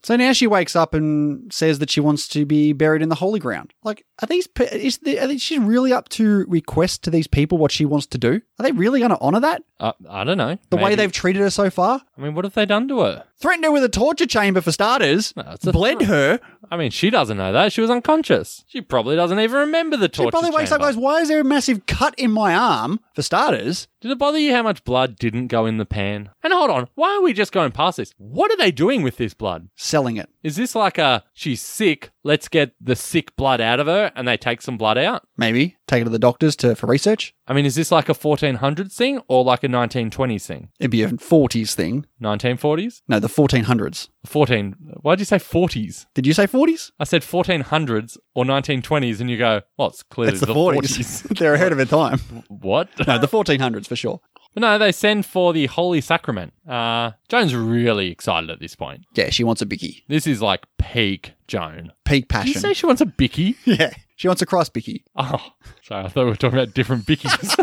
A: So now she wakes up and says that she wants to be buried in the holy ground. Like, are these? pe- Is the, are she really up to request to these people what she wants to do? Are they really going to honor that?
B: Uh, I don't know.
A: The way
B: Maybe.
A: they've treated her so far,
B: I mean, what have they done to her?
A: threatened her with a torture chamber for starters,
B: No, it's a
A: bled
B: threat.
A: her.
B: I mean, she doesn't know that. She was unconscious. She probably doesn't even remember the torture
A: She probably wakes
B: chamber.
A: up, and goes, "Why is there a massive cut in my arm?" For starters,
B: Did it bother you how much blood didn't go in the pan? And hold on, why are we just going past this? What are they doing with this blood?
A: selling it.
B: Is this like a she's sick, let's get the sick blood out of her and they take some blood out?
A: Maybe take it to the doctors to for research.
B: I mean, is this like a 1400s thing or like a 1920s thing?
A: It'd be a '40s thing.
B: 1940s?
A: No, the 1400s.
B: 14. Why'd you say 40s?
A: Did you say 40s?
B: I said 1400s or 1920s, and you go, well, it's clearly
A: It's
B: the, 40s.
A: 40s. They're ahead of their time.
B: what?
A: No, the 1400s for sure.
B: But no, they send for the Holy Sacrament. Uh, Joan's really excited at this point.
A: Yeah, she wants a bicky.
B: This is like peak Joan.
A: Peak
B: Did you
A: passion.
B: say she wants a Bicky?
A: Yeah, she wants a cross bicky.
B: Oh, sorry, I thought we were talking about different Bickies.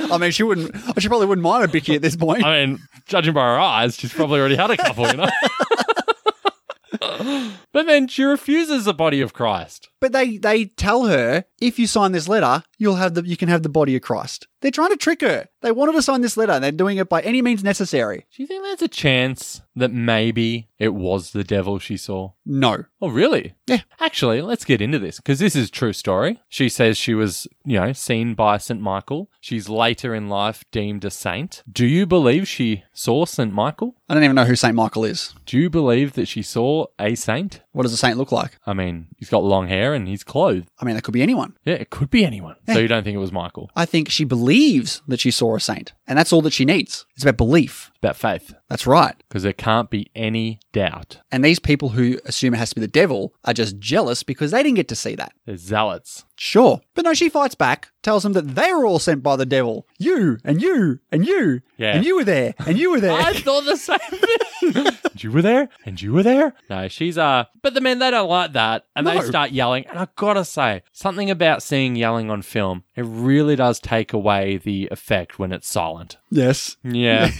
A: I mean, she wouldn't. She probably wouldn't mind a bicky at this point.
B: I mean, judging by her eyes, she's probably already had a couple, you know? But then she refuses the body of Christ.
A: But they they tell her if you sign this letter, you'll have the you can have the body of Christ. They're trying to trick her. They want her to sign this letter. and They're doing it by any means necessary.
B: Do you think there's a chance that maybe it was the devil she saw?
A: No.
B: Oh, really?
A: Yeah.
B: Actually, let's get into this because this is true story. She says she was, you know, seen by St. Michael. She's later in life deemed a saint. Do you believe she saw St. Michael?
A: I don't even know who Saint Michael is.
B: Do you believe that she saw a saint?
A: What does a saint look like?
B: I mean, he's got long hair and he's clothed.
A: I mean, that could be anyone.
B: Yeah, it could be anyone. So you don't think it was Michael?
A: I think she believes that she saw a saint, and that's all that she needs. It's about belief.
B: It's about faith
A: That's right.
B: because there can't be any doubt.
A: And these people who assume it has to be the devil are just jealous because they didn't get to see that.
B: They're zealots.
A: Sure. But no, she fights back, tells them that they were all sent by the devil. You and you and you
B: Yeah.
A: and you were there and you were there.
B: I thought the same thing. and you were there, and you were there. No, she's uh. But the men they don't like that, and
A: No.
B: they start yelling. And I gotta say, something about seeing yelling on film, it really does take away the effect when it's silent.
A: yes.
B: Yeah.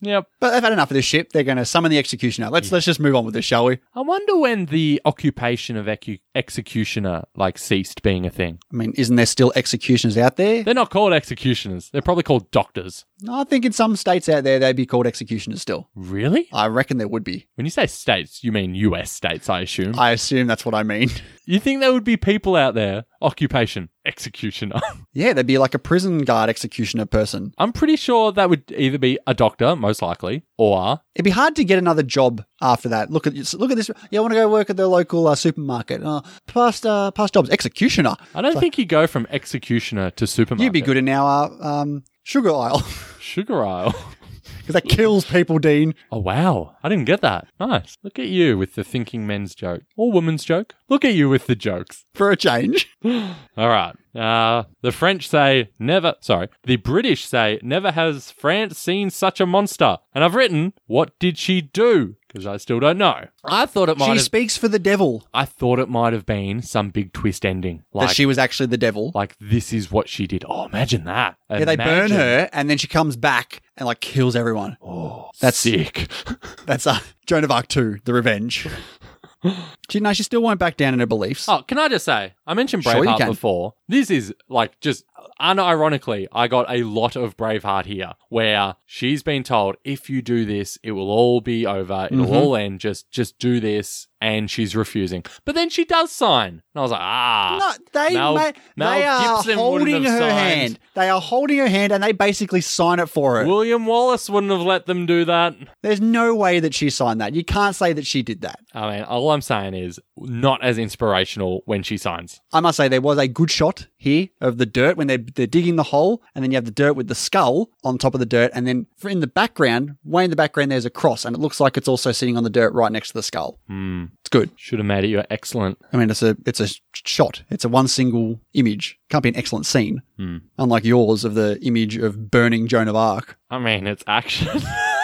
B: yep.
A: But they've had enough of this shit. They're going to summon the executioner. Let's let's just move on with this, shall we?
B: I wonder when the occupation of ecu- executioner like ceased being a thing.
A: I mean, isn't there still executioners out there?
B: They're not called executioners. They're probably called doctors.
A: No, I think in some states out there they'd be called executioners still.
B: Really?
A: I reckon there would be.
B: When you say states, you mean U.S. states, I assume.
A: I assume that's what I mean.
B: you think there would be people out there? Occupation executioner.
A: Yeah, there'd be like a prison guard executioner person.
B: I'm pretty sure that would either be a doctor, most likely, or
A: It'd be hard to get another job after that. Look at look at this. Yeah, I want to go work at the local uh, supermarket. Uh, past uh, past jobs, executioner.
B: I don't think you go from executioner to supermarket.
A: You'd be good in our uh, um, sugar aisle
B: Sugar aisle.
A: because that kills people, Dean.
B: Oh, wow. I didn't get that. Nice. Look at you with the thinking men's joke or woman's joke. Look at you with the jokes.
A: For a change,
B: All right. Uh, the French say never, sorry, the British say never has France seen such a monster. And I've written, what did she do? Because I still don't know. I thought it might
A: she
B: have,
A: speaks for the devil.
B: I thought it might have been some big twist ending. Like,
A: that she was actually the devil.
B: like this is what she did. Oh, imagine that.
A: yeah, they burn
B: Imagine.
A: her, and then she comes back and like kills everyone.
B: Oh,
A: That's-
B: that's sick.
A: That's uh, Joan of Arc two, the revenge. she no, she still won't back down in her beliefs.
B: oh, can I just say, I mentioned
A: Sure you
B: Braveheart
A: can.
B: before. This is like just unironically, I got a lot of Braveheart here where she's been told if you do this, it will all be over. It'll
A: Mhm.
B: all end. Just just do this. And she's refusing. But then she does sign. And I was like, ah.
A: No, they
B: Mel-
A: ma-
B: Mel
A: they are
B: Gibson wouldn't
A: holding her
B: have signed.
A: hand. They are holding her hand, and they basically sign it for her.
B: William Wallace wouldn't have let them do that.
A: There's no way that she signed that. You can't say that she did that.
B: I mean, all I'm saying is not as inspirational when she signs.
A: I must say there was a good shot here of the dirt when they're, they're digging the hole, and then you have the dirt with the skull on top of the dirt, and then for- in the background, way in the background, there's a cross, and it looks like it's also sitting on the dirt right next to the skull.
B: Hmm.
A: It's good.
B: Should have made it your excellent.
A: I mean, it's a it's a sh- shot. It's a one single image. Can't be an excellent scene,
B: Hmm.
A: unlike yours of the image of burning Joan of Arc.
B: I mean, it's action.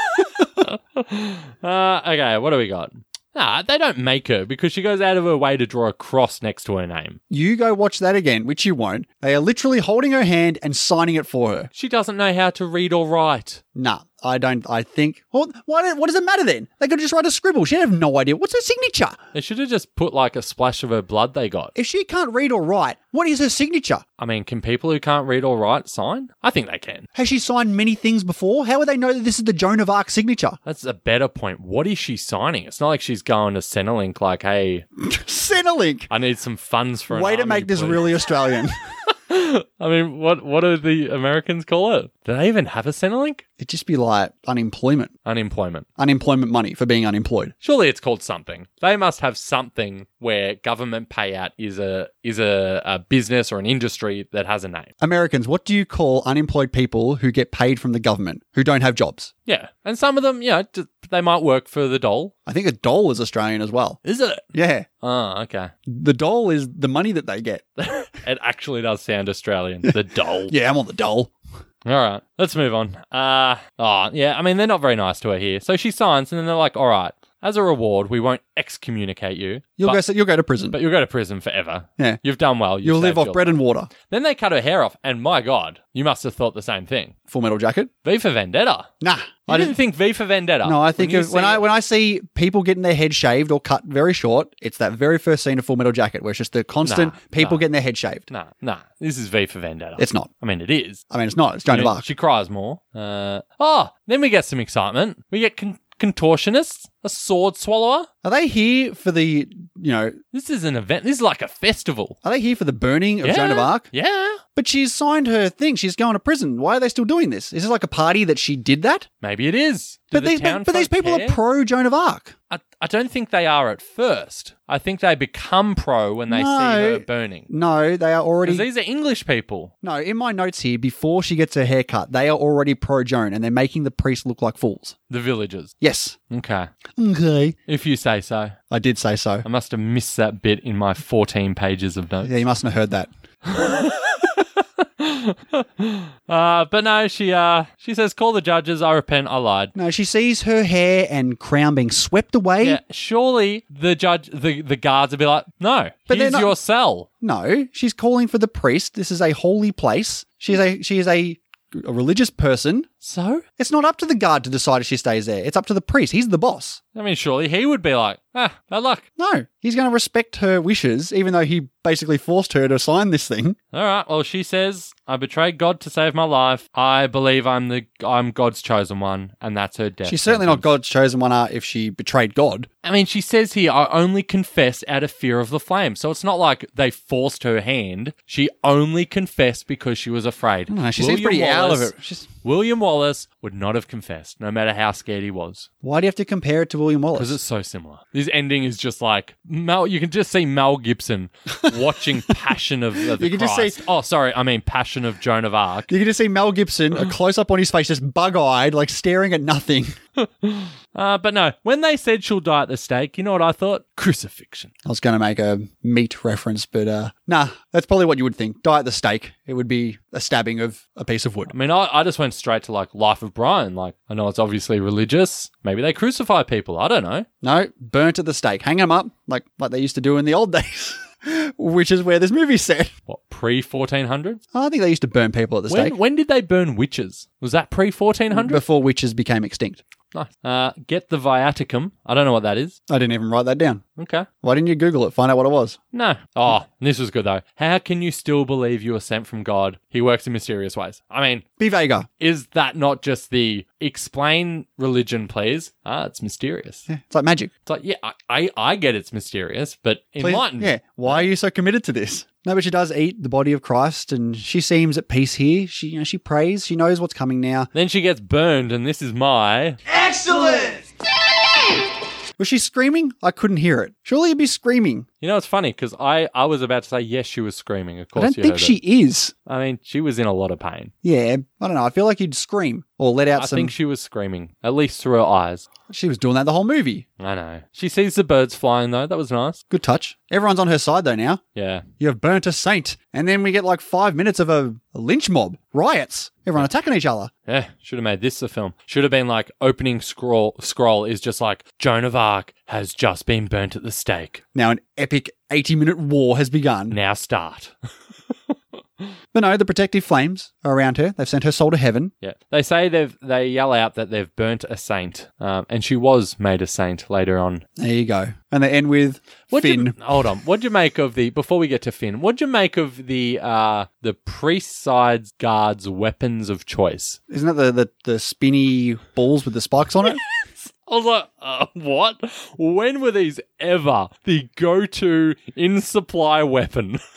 B: uh, okay, what do we got? Nah, they don't make her because she goes out of her way to draw a cross next to her name.
A: You go watch that again, which you won't. They are literally holding her hand and signing it for her.
B: She doesn't know how to read or write.
A: Nah, I don't. I think. Well, why? do- What does it matter then? They could just write a scribble. She'd have no idea. What's her signature?
B: They should have just put like a splash of her blood they got.
A: If she can't read or write, what is her signature?
B: I mean, can people who can't read or write sign? I think they can.
A: Has she signed many things before? How would they know that this is the Joan of Arc signature?
B: That's a better point. What is she signing? It's not like she's going to Centrelink like, hey,
A: Centrelink.
B: I need some funds for an
A: Way to
B: army,
A: make this
B: please.
A: really Australian.
B: I mean, what what do the Americans call it? Do they even have a Centrelink?
A: It'd just be like unemployment,
B: Unemployment.
A: unemployment money for being unemployed.
B: Surely it's called something. They must have something where government payout is a is a, a business or an industry that has a name.
A: Americans, what do you call unemployed people who get paid from the government who don't have jobs?
B: Yeah, and some of them, yeah, d- they might work for the doll.
A: I think a doll is Australian as well.
B: Is it?
A: Yeah,
B: Oh, okay.
A: the doll is the money that they get.
B: It actually does sound Australian. The doll.
A: Yeah, I'm on the doll.
B: All right, let's move on. Uh, oh, yeah, I mean, they're not very nice to her here. So she signs, and then they're like, all right, As a reward, we won't excommunicate you.
A: You'll
B: but,
A: go. You'll go to prison.
B: but you'll go to prison forever.
A: Yeah.
B: You've done well. You've
A: You'll live
B: saved
A: off
B: your
A: bread and water.
B: Then they cut her hair off, and my God, you must have thought the same thing.
A: Full Metal Jacket.
B: V for Vendetta.
A: Nah,
B: You
A: I didn't.
B: didn't think V for Vendetta.
A: No, I think
B: you
A: of, when
B: see
A: I
B: it-
A: when I see people getting their head shaved or cut very short, it's that very first scene of Full Metal Jacket where it's just the constant
B: Nah,
A: people
B: nah.
A: getting their head shaved.
B: Nah, nah. This is V for Vendetta.
A: It's not.
B: I mean, it is.
A: I mean, it's not. It's Joan of
B: You know,
A: Arc.
B: She cries more. Uh, oh, then we get some excitement. We get con- contortionists, a sword swallower.
A: Are they here for the you know?
B: This is an event. This is like a festival.
A: Are they here for the burning of
B: Yeah.
A: Joan of Arc?
B: Yeah.
A: But she's signed her thing. She's going to prison. Why are they still doing this? Is this like a party that she did that?
B: Maybe it is. Do
A: But
B: the
A: these
B: town
A: but, but these
B: folk
A: people
B: care?
A: are pro Joan of Arc.
B: I, I don't think they are at first. I think they become pro when they see
A: No.
B: her burning.
A: No, they are already.
B: Because these are English people.
A: No, in my notes here, before she gets her haircut, they are already pro Joan and they're making the priest look like fools.
B: The villagers.
A: Yes.
B: Okay.
A: Okay.
B: If you say so.
A: I did say so.
B: I must have missed that bit in my 14 pages of notes.
A: Yeah, you mustn't have heard that.
B: uh, but no, she uh, she says, "Call the judges. I repent. I lied."
A: No, she sees her hair and crown being swept away.
B: Yeah, surely the judge, the, the guards would be like, "No,
A: But they're
B: here's
A: not-
B: your cell."
A: No, she's calling for the priest. This is a holy place. She's a she is a, a religious person.
B: So,
A: It's not up to the guard to decide if she stays there. It's up to the priest. He's the boss.
B: I mean, surely he would be like, "Ah, bad luck.
A: No, he's going to respect her wishes, even though he basically forced her to sign this thing.
B: All right. Well, she says, "I betrayed God to save my life. I believe I'm the I'm God's chosen one, and that's her death."
A: She's certainly not God's chosen one uh, if she betrayed God.
B: I mean, she says here, "I only confess out of fear of the flame." So it's not like they forced her hand. She only confessed because she was afraid.
A: No, she seems
B: William
A: pretty out of
B: Wallace-
A: it. She's,
B: William Wallace would not have confessed, no matter how scared he was,
A: why do you have to compare it to William
B: because
A: Wallace?
B: it's so similar. This ending is just like Mel. You can just see Mel Gibson watching Passion of, of the
A: You can just
B: Christ.
A: see-
B: oh, sorry, I mean Passion of Joan of Arc.
A: You can just see Mel Gibson, a close up on his face, just bug eyed, like staring at nothing.
B: Uh, but no, when they said she'll die at the stake, you know what I thought? Crucifixion.
A: I was going to make a meat reference, but uh, nah, that's probably what you would think. Die at the stake. It would be a stabbing of a piece of wood.
B: I mean, I, I just went straight to like Life of Brian. Like, I know it's obviously religious. Maybe they crucify people. I don't know.
A: No, burnt at the stake. Hang them up like like they used to do in the old days, which is where this movie's set.
B: What, pre 1400s?
A: I think they used to burn people at the stake
B: When, when did they burn witches? Was that pre 1400?
A: before witches became extinct.
B: Nice. Uh, get the viaticum. I don't know what that is.
A: I didn't even write that down.
B: Okay.
A: Why didn't you Google it? Find out what it was.
B: No. Oh, this was good though. How can you still believe you are sent from God? He works in mysterious ways. I mean,
A: Be Vega.
B: is that not just the explain religion, please? Ah, it's mysterious.
A: Yeah, it's like magic.
B: It's like, yeah, I, I, I get it's mysterious, but
A: Please-
B: enlightened.
A: Yeah. Why are you so committed to this? No, but she does eat the body of Christ, and she seems at peace here. She, you know, she prays. She knows what's coming now.
B: Then she gets burned, and this is my.
A: Was she screaming? I couldn't hear it. Surely you'd be screaming.
B: You know, it's funny because I, I was about to say, yes, she was screaming. Of
A: I
B: course,
A: don't
B: you
A: think
B: heard
A: she
B: It.
A: is.
B: I mean, she was in a lot of pain.
A: Yeah, I don't know. I feel like you'd scream or let out
B: I
A: some.
B: think she was screaming, at least through her eyes.
A: she was doing that the whole movie.
B: I know. She sees the birds flying, though. That was nice.
A: Good touch. Everyone's on her side though now.
B: Yeah.
A: You have burnt a saint, and then we get like five minutes of a a lynch mob, riots, everyone attacking each other.
B: Yeah, should have made this a film. Should have been like opening scroll scroll is just like Joan of Arc has just been burnt at the stake.
A: Now an epic eighty-minute war has begun.
B: Now start.
A: But no, the protective flames are around her. They've sent her soul to heaven.
B: Yeah, they say they've they yell out that they've burnt a saint, um, and she was made a saint later on.
A: There you go. And they end with
B: What'd
A: Finn.
B: You, hold on. What'd you make of the before we get to Finn? What'd you make of the uh the priest side's guards' weapons of choice?
A: Isn't that the, the the spinny balls with the spikes on it?
B: I was like, uh, what? When were these ever the go-to in supply weapon?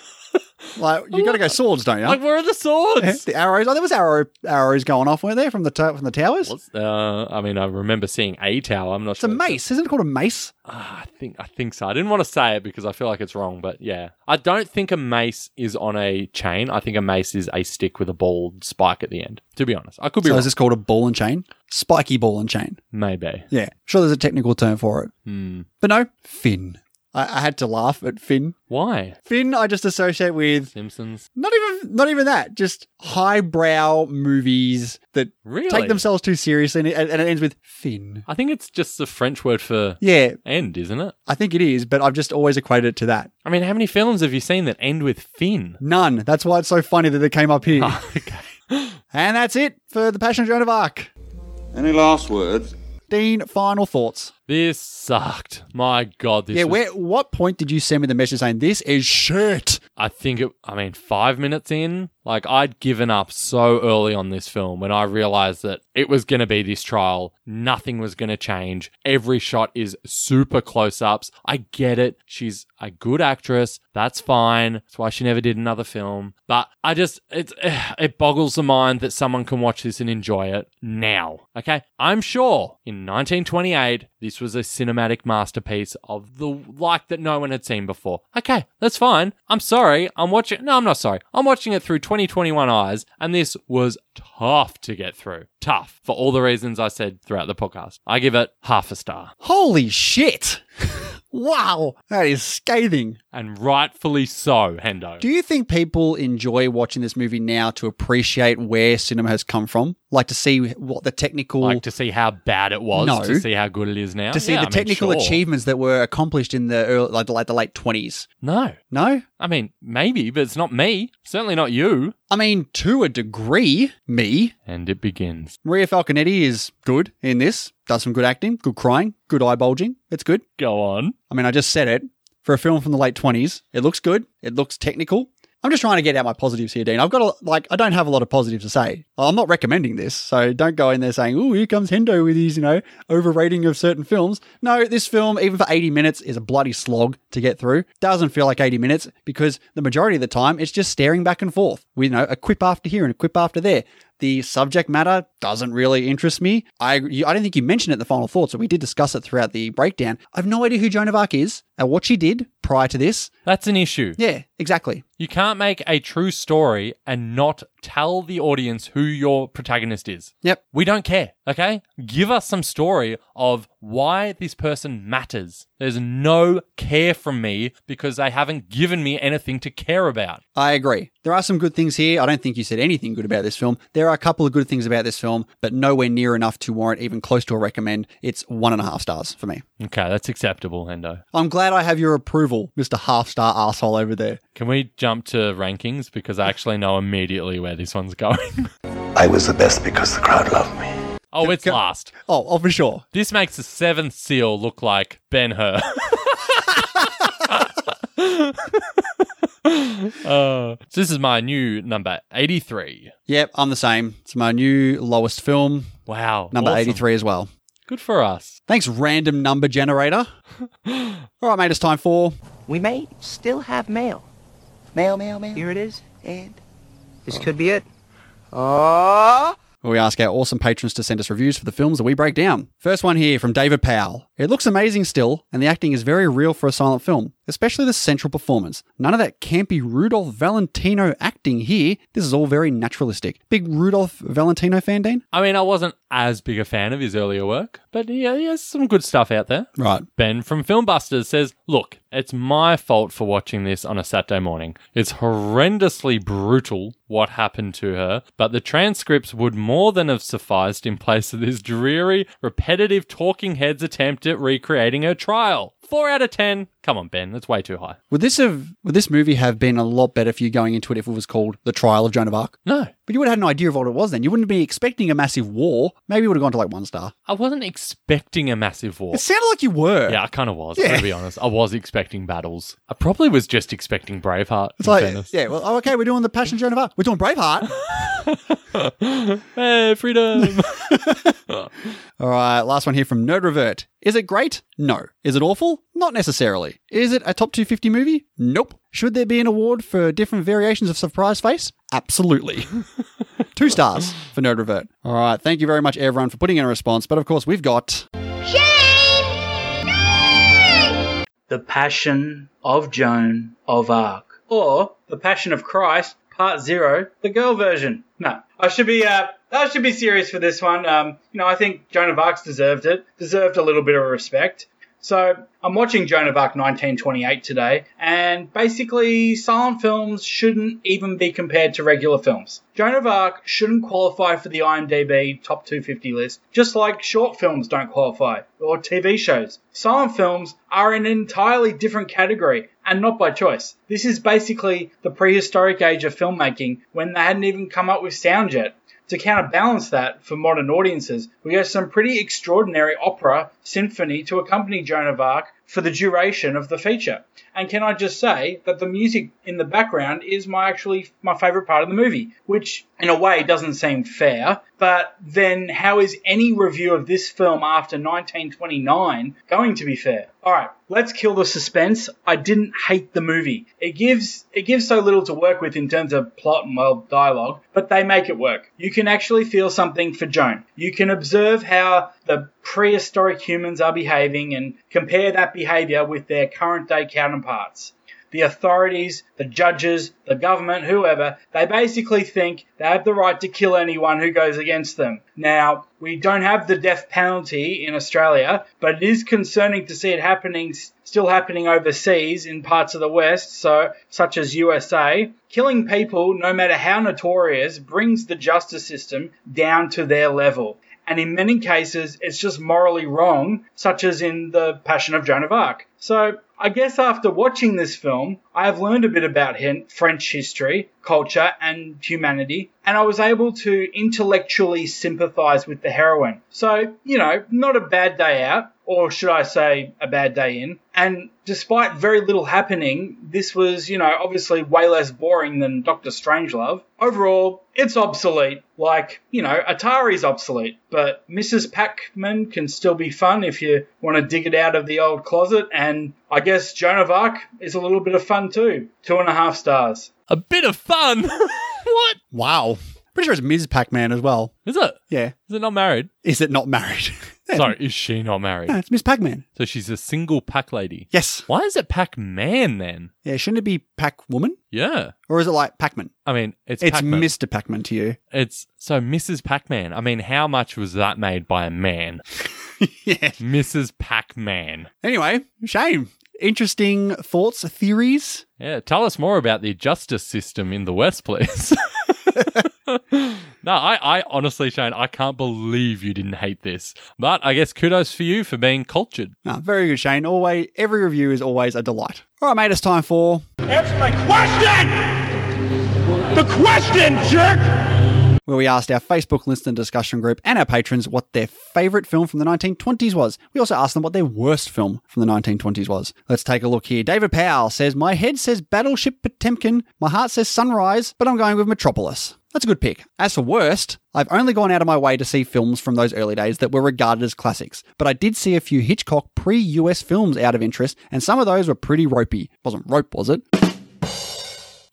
A: like you got to go swords, don't you?
B: like, where are the swords?
A: the arrows. Oh, there was arrow arrows going off, weren't there, from the to- from the towers?
B: What's, uh, I mean, I remember seeing a tower. I'm not
A: It's a
B: sure.
A: mace, isn't it called a mace?
B: Ah, I think I think so. I didn't want to say it because I feel like it's wrong, but yeah, I don't think a mace is on a chain. I think a mace is a stick with a bald spike at the end. To be honest, I could be
A: So
B: wrong.
A: is this called a ball and chain? Spiky ball and chain.
B: Maybe.
A: Yeah, sure. There's a technical term for it,
B: Hmm.
A: but no, Finn. I, I had to laugh at Finn.
B: Why?
A: Finn, I just associate with
B: Simpsons.
A: not even not even that. Just highbrow movies that
B: Really?
A: take themselves too seriously, and it, and it ends with Finn.
B: I think it's just the French word for
A: Yeah,
B: end, isn't it?
A: I think it is, but I've just always equated it to that.
B: I mean, how many films have you seen that end with Finn?
A: None. That's why it's so funny that they came up here.
B: Ah, okay.
A: And that's it for the Passion of Joan of Arc.
C: Any last words?
A: Dean, final thoughts.
B: This sucked. My God, this
A: yeah,
B: was-
A: where what point did you send me the message saying this is shit?
B: I think it, I mean, five minutes in, like I'd given up so early on this film when I realized that it was going to be this trial. Nothing was going to change. Every shot is super close ups. I get it. She's a good actress. That's fine. That's why she never did another film. But I just, it's, it boggles the mind that someone can watch this and enjoy it now. Okay. I'm sure in 1928, this was a cinematic masterpiece of the like that no one had seen before. Okay, that's fine. I'm sorry. I'm watching. No, I'm not sorry. I'm watching it through 2021 eyes, and this was tough to get through. Tough for all the reasons I said throughout the podcast. I give it half a star,
A: Holy shit. wow. That is scathing.
B: and rightfully so, Hendo.
A: Do you think people enjoy watching this movie now to appreciate where cinema has come from? Like to see what the technical
B: like to see how bad it was,
A: No.
B: to see how good it is now,
A: to see
B: Yeah, I
A: the
B: mean,
A: technical
B: sure.
A: achievements that were accomplished in the early, like, the, like the late 20s.
B: No,
A: No?
B: I mean maybe, but it's not me. Certainly not you.
A: I mean, to a degree, me.
B: And it begins.
A: Maria Falconetti is good in this, does some good acting, good crying, good eye bulging. It's good.
B: Go on.
A: I mean, I just said it. For a film from the late 20s, it looks good. It looks technical. I'm just trying to get out my positives here, Dean. I've got a, like, I don't have a lot of positives to say. I'm not recommending this, so don't go in there saying, "Ooh, here comes Hendo with his, you know, overrating of certain films." No, this film, even for 80 minutes, is a bloody slog to get through. Doesn't feel like 80 minutes because the majority of the time it's just staring back and forth. We you know a quip after here and a quip after there. The subject matter doesn't really interest me. I you, I don't think you mentioned it in the final thoughts, but we did discuss it throughout the breakdown. I've no idea who Joan of Arc is and what she did prior to this.
B: That's an issue.
A: Yeah, exactly.
B: You can't make a true story and not tell the audience who your protagonist is.
A: Yep.
B: We don't care, okay? Give us some story of why this person matters. There's no care from me because they haven't given me anything to care about.
A: I agree. There are some good things here. I don't think you said anything good about this film. There are a couple of good things about this film, but nowhere near enough to warrant even close to a recommend. It's one and a half stars for me.
B: Okay, that's acceptable, Hendo.
A: I'm glad I have your approval, Mr. Half Star Asshole over there.
B: Can we jump to rankings? Because I actually know immediately where this one's going.
D: I was the best because the crowd loved me.
B: oh, it's
A: Can-
B: last.
A: Oh, oh for sure.
B: This makes the seventh seal look like Ben Hur. Uh, so this is my new number 83.
A: Yep, I'm the same. It's my new lowest film,
B: Wow.
A: number
B: awesome.
A: 83 as well.
B: Good for us.
A: Thanks, random number generator. All right, mate, it's time for
E: We may still have mail.
D: Mail, mail, mail.
E: Here it is.
D: And
E: This could be it. Oh!
A: where we ask our awesome patrons to send us reviews for the films that we break down. First one here from David Powell. It looks amazing still, and the acting is very real for a silent film, especially the central performance. None of that campy Rudolph Valentino acting here. This is all very naturalistic. Big Rudolph Valentino fan, Dean?
B: I mean, I wasn't as big a fan of his earlier work, but yeah, he has some good stuff out there.
A: Right.
B: Ben from Filmbusters says, Look, it's my fault for watching this on a Saturday morning. It's horrendously brutal what happened to her, but the transcripts would more than have sufficed in place of this dreary, repetitive talking heads attempt at recreating her trial. Four out of ten. Come on, Ben, that's way too high.
A: Would this have would this movie have been a lot better for you going into it if it was called The Trial of Joan of Arc?
B: No,
A: But you would have had an idea of what it was then. You wouldn't be expecting a massive war. Maybe it would have gone to like one star.
B: I wasn't expecting a massive war.
A: It sounded like you were.
B: Yeah, I kind of was,
A: Yeah.
B: to be honest. I was expecting battles. I probably was just expecting Braveheart.
A: It's
B: in
A: like,
B: fairness.
A: yeah, well, oh, okay, we're doing the Passion of Joan of Arc. We're doing Braveheart.
B: hey, freedom.
A: All right, last one here from Nerd Revert. Is it great? No. Is it awful? Not necessarily. Is it a top 250 movie? Nope. Should there be an award for different variations of surprise face? Absolutely. Two stars for Nerd Revert. All right, thank you very much, everyone, for putting in a response. But of course, we've got
F: The Passion of Joan of Arc, or The Passion of Christ, Part Zero, the girl version. No, I should be uh, I should be serious for this one. Um, you know, I think Joan of Arc's deserved it, deserved a little bit of respect. So I'm watching Joan of Arc 1928 today, and basically, silent films shouldn't even be compared to regular films. Joan of Arc shouldn't qualify for the IMDb top 250 list, just like short films don't qualify, or TV shows. Silent films are an entirely different category, and not by choice. This is basically the prehistoric age of filmmaking when they hadn't even come up with sound yet. To counterbalance that for modern audiences, we have some pretty extraordinary opera symphony to accompany Joan of Arc for the duration of the feature. And can I just say that the music in the background is my actually my favorite part of the movie, which in a way doesn't seem fair, but then how is any review of this film after 1929 going to be fair? All right, let's kill the suspense. I didn't hate the movie. It gives it gives so little to work with in terms of plot and well dialogue, but they make it work. You can actually feel something for Joan. You can observe how the prehistoric humans are behaving and compare that behavior with their current day counterparts. The authorities, the judges, the government, whoever, they basically think they have the right to kill anyone who goes against them. Now, we don't have the death penalty in Australia, but it is concerning to see it happening still happening overseas in parts of the West, so such as USA. Killing people, no matter how notorious, brings the justice system down to their level and in many cases it's just morally wrong, such as in The Passion of Joan of Arc. So I guess after watching this film, I have learned a bit about hin- French history, culture, and humanity, and I was able to intellectually sympathize with the heroine. So, you know, not a bad day out, or should I say, a bad day in. And despite very little happening, this was, you know, obviously way less boring than Doctor Strangelove. Overall, it's obsolete. Like, you know, Atari's obsolete, but Mrs. Pac-Man can still be fun if you want to dig it out of the old closet. And I guess Joan of Arc is a little bit of fun too. Two and a half stars.
B: A bit of fun. what
A: Wow. Pretty sure it's Ms. Pac Man as well.
B: is it?
A: Yeah.
B: Is it not married?
A: Is it not married? Yeah.
B: Sorry, is she not married?
A: No, it's Ms. Pac Man.
B: So she's a single pack lady.
A: Yes.
B: Why is it pack man then?
A: Yeah, shouldn't it be Pac Woman?
B: Yeah.
A: Or is it like Pac Man?
B: I mean, it's
A: It's
B: Pac-Man.
A: Mr. Pac Man to you.
B: It's so Mrs. Pac-Man. I mean, how much was that made by a man?
A: yeah.
B: Mrs. Pac-Man.
A: Anyway, shame. Interesting thoughts, theories.
B: Yeah, tell us more about the justice system in the West, please. no, I, I honestly, Shane, I can't believe you didn't hate this. But I guess kudos for you for being cultured.
A: Ah, very good, Shane. Always, every review is always a delight. All right, mate, it's time for
G: Answer my question! The question, jerk!
A: where we asked our Facebook listener discussion group and our patrons what their favourite film from the 1920s was. We also asked them what their worst film from the 1920s was. Let's take a look here. David Powell says, My head says Battleship Potemkin, my heart says Sunrise, but I'm going with Metropolis. That's a good pick. As for worst, I've only gone out of my way to see films from those early days that were regarded as classics, but I did see a few Hitchcock pre US films out of interest, and some of those were pretty ropey. Wasn't rope, was it?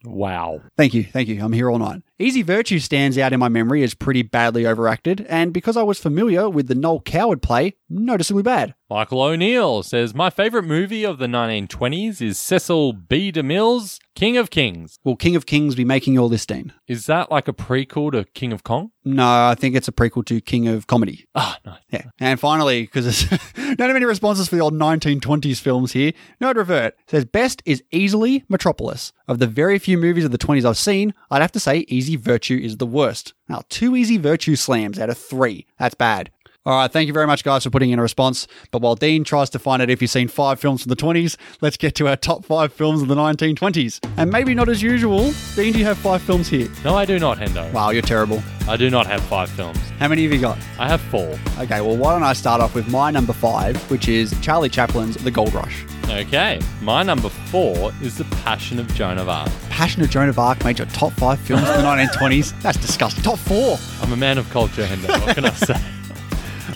B: Wow.
A: Thank you, thank you. I'm here all night. Easy Virtue stands out in my memory as pretty badly overacted, and because I was familiar with the Noel Coward play, noticeably bad.
B: Michael O'Neill says, My favourite movie of the 1920s is Cecil B. DeMille's King of Kings.
A: Will King of Kings be making your list, Dean?
B: Is that like a prequel to King of Kong?
A: No, I think it's a prequel to King of Comedy.
B: Ah, nice.
A: Yeah. And finally, because there's not many responses for the old 1920s films here, Nerd Revert says best is easily Metropolis. Of the very few movies of the 20s I've seen, I'd have to say Easy Virtue is the worst. Now, two Easy Virtue slams out of three. That's bad. All right, thank you very much, guys, for putting in a response. But while Dean tries to find out if you've seen five films from the 20s, let's get to our top five films of the 1920s. And maybe not as usual, Dean, do you have five films here?
B: No, I do not, Hendo.
A: Wow, you're terrible.
B: I do not have five films.
A: How many have you got?
B: I have four.
A: Okay, well, why don't I start off with my number five, which is Charlie Chaplin's The Gold Rush.
B: Okay, my number four is The Passion of Joan of Arc.
A: Passion of Joan of Arc made your top five films of the 1920s. That's disgusting. Top four.
B: I'm a man of culture, Hendo. What can I say?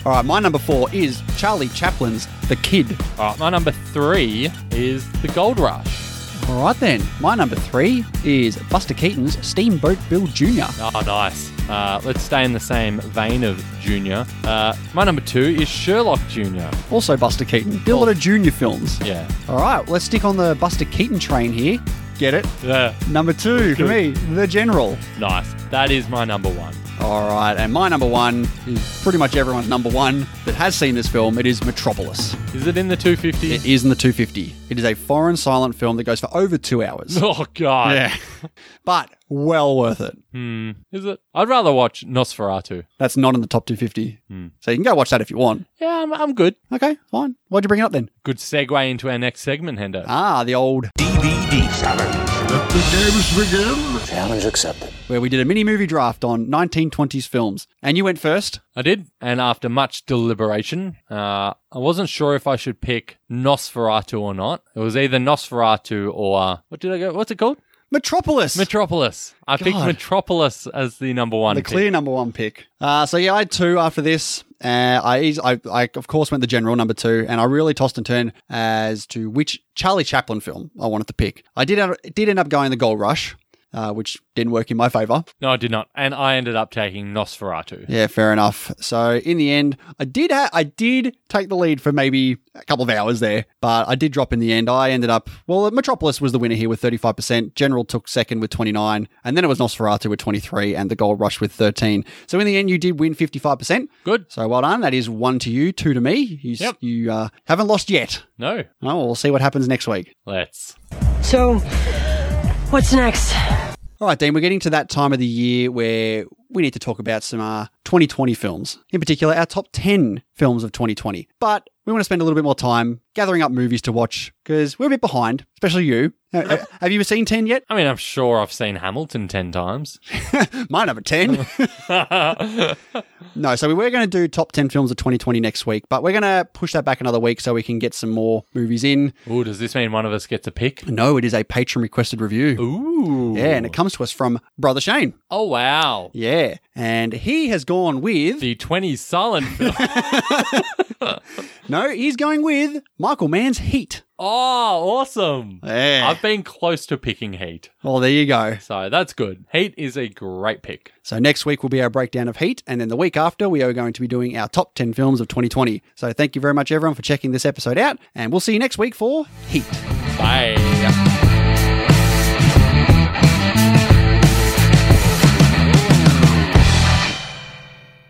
A: All right, my number four is Charlie Chaplin's The Kid.
B: All right, my number three is The Gold Rush.
A: All right, then. My number three is Buster Keaton's Steamboat Bill Jr.
B: Oh, nice. Uh, let's stay in the same vein of Junior. Uh, my number two is Sherlock Junior.
A: Also Buster Keaton. Did a lot of junior films.
B: Yeah.
A: All right, let's stick on the Buster Keaton train here. Get it?
B: Yeah.
A: Number two for me, The General.
B: Nice. That is my number one.
A: All right, and my number one is pretty much everyone's number one that has seen this film. It is Metropolis.
B: Is it in the 250?
A: It is in the 250. It is a foreign silent film that goes for over two hours.
B: Oh god.
A: yeah, but well worth it.
B: Hmm. Is it? I'd rather watch Nosferatu.
A: That's not in the top 250, so you can go watch that if you want.
B: Yeah, I'm, I'm good.
A: Okay, fine. Why'd you bring it up then?
B: Good segue into our next segment, Hendo.
A: Ah, the old
D: Challenge accepted.
A: where we did a mini movie draft on 1920s films, and you went first.
B: I did, and after much deliberation, uh, I wasn't sure if I should pick Nosferatu or not. It was either Nosferatu or uh, what did I go? What's it called?
A: Metropolis.
B: Metropolis. I picked
A: God.
B: Metropolis as the number one.
A: the
B: pick.
A: clear number one pick. Uh, so yeah, I had two after this. Uh, I, eas- I, I of course went the general number two, and I really tossed and turned as to which Charlie Chaplin film I wanted to pick. I did end- did end up going the Gold Rush, uh, which didn't work in my favour.
B: No, I did not, and I ended up taking Nosferatu.
A: Yeah, fair enough. So in the end, I did ha- I did take the lead for maybe a couple of hours there, but I did drop in the end. I ended up well, Metropolis was the winner here with 35%, General took second with 29, and then it was Nosferatu with 23 and the Gold Rush with 13. So in the end you did win 55%.
B: Good.
A: So well done. That is 1 to you, 2 to me. You s-
B: Yep.
A: you uh, haven't lost yet.
B: No,
A: Oh, we'll see what happens next week.
B: let's.
H: So, what's next?
A: All right, Dean, we're getting to that time of the year where we need to talk about some uh, 2020 films, in particular our top 10 films of 2020. But we want to spend a little bit more time gathering up movies to watch because we're a bit behind, especially you. Uh, uh, Have you seen 10 yet?
B: I mean, I'm sure I've seen Hamilton ten times.
A: My number 10. no, so we were going to do top 10 films of 2020 next week, but we're going to push that back another week so we can get some more movies in.
B: Ooh, does this mean one of us gets a pick?
A: No, it is a patron requested review.
B: Ooh.
A: Yeah, and it comes to us from Brother Shane.
B: Oh wow.
A: Yeah, and he has gone with.
B: The 20s silent film.
A: No, he's going with Michael Mann's Heat.
B: oh, awesome.
A: Yeah.
B: I've been close to picking Heat.
A: Well, there you go.
B: So that's good. Heat is a great pick.
A: So next week will be our breakdown of Heat, and then the week after we are going to be doing our top 10 films of 2020. So thank you very much everyone for checking this episode out, and we'll see you next week for Heat.
B: Bye.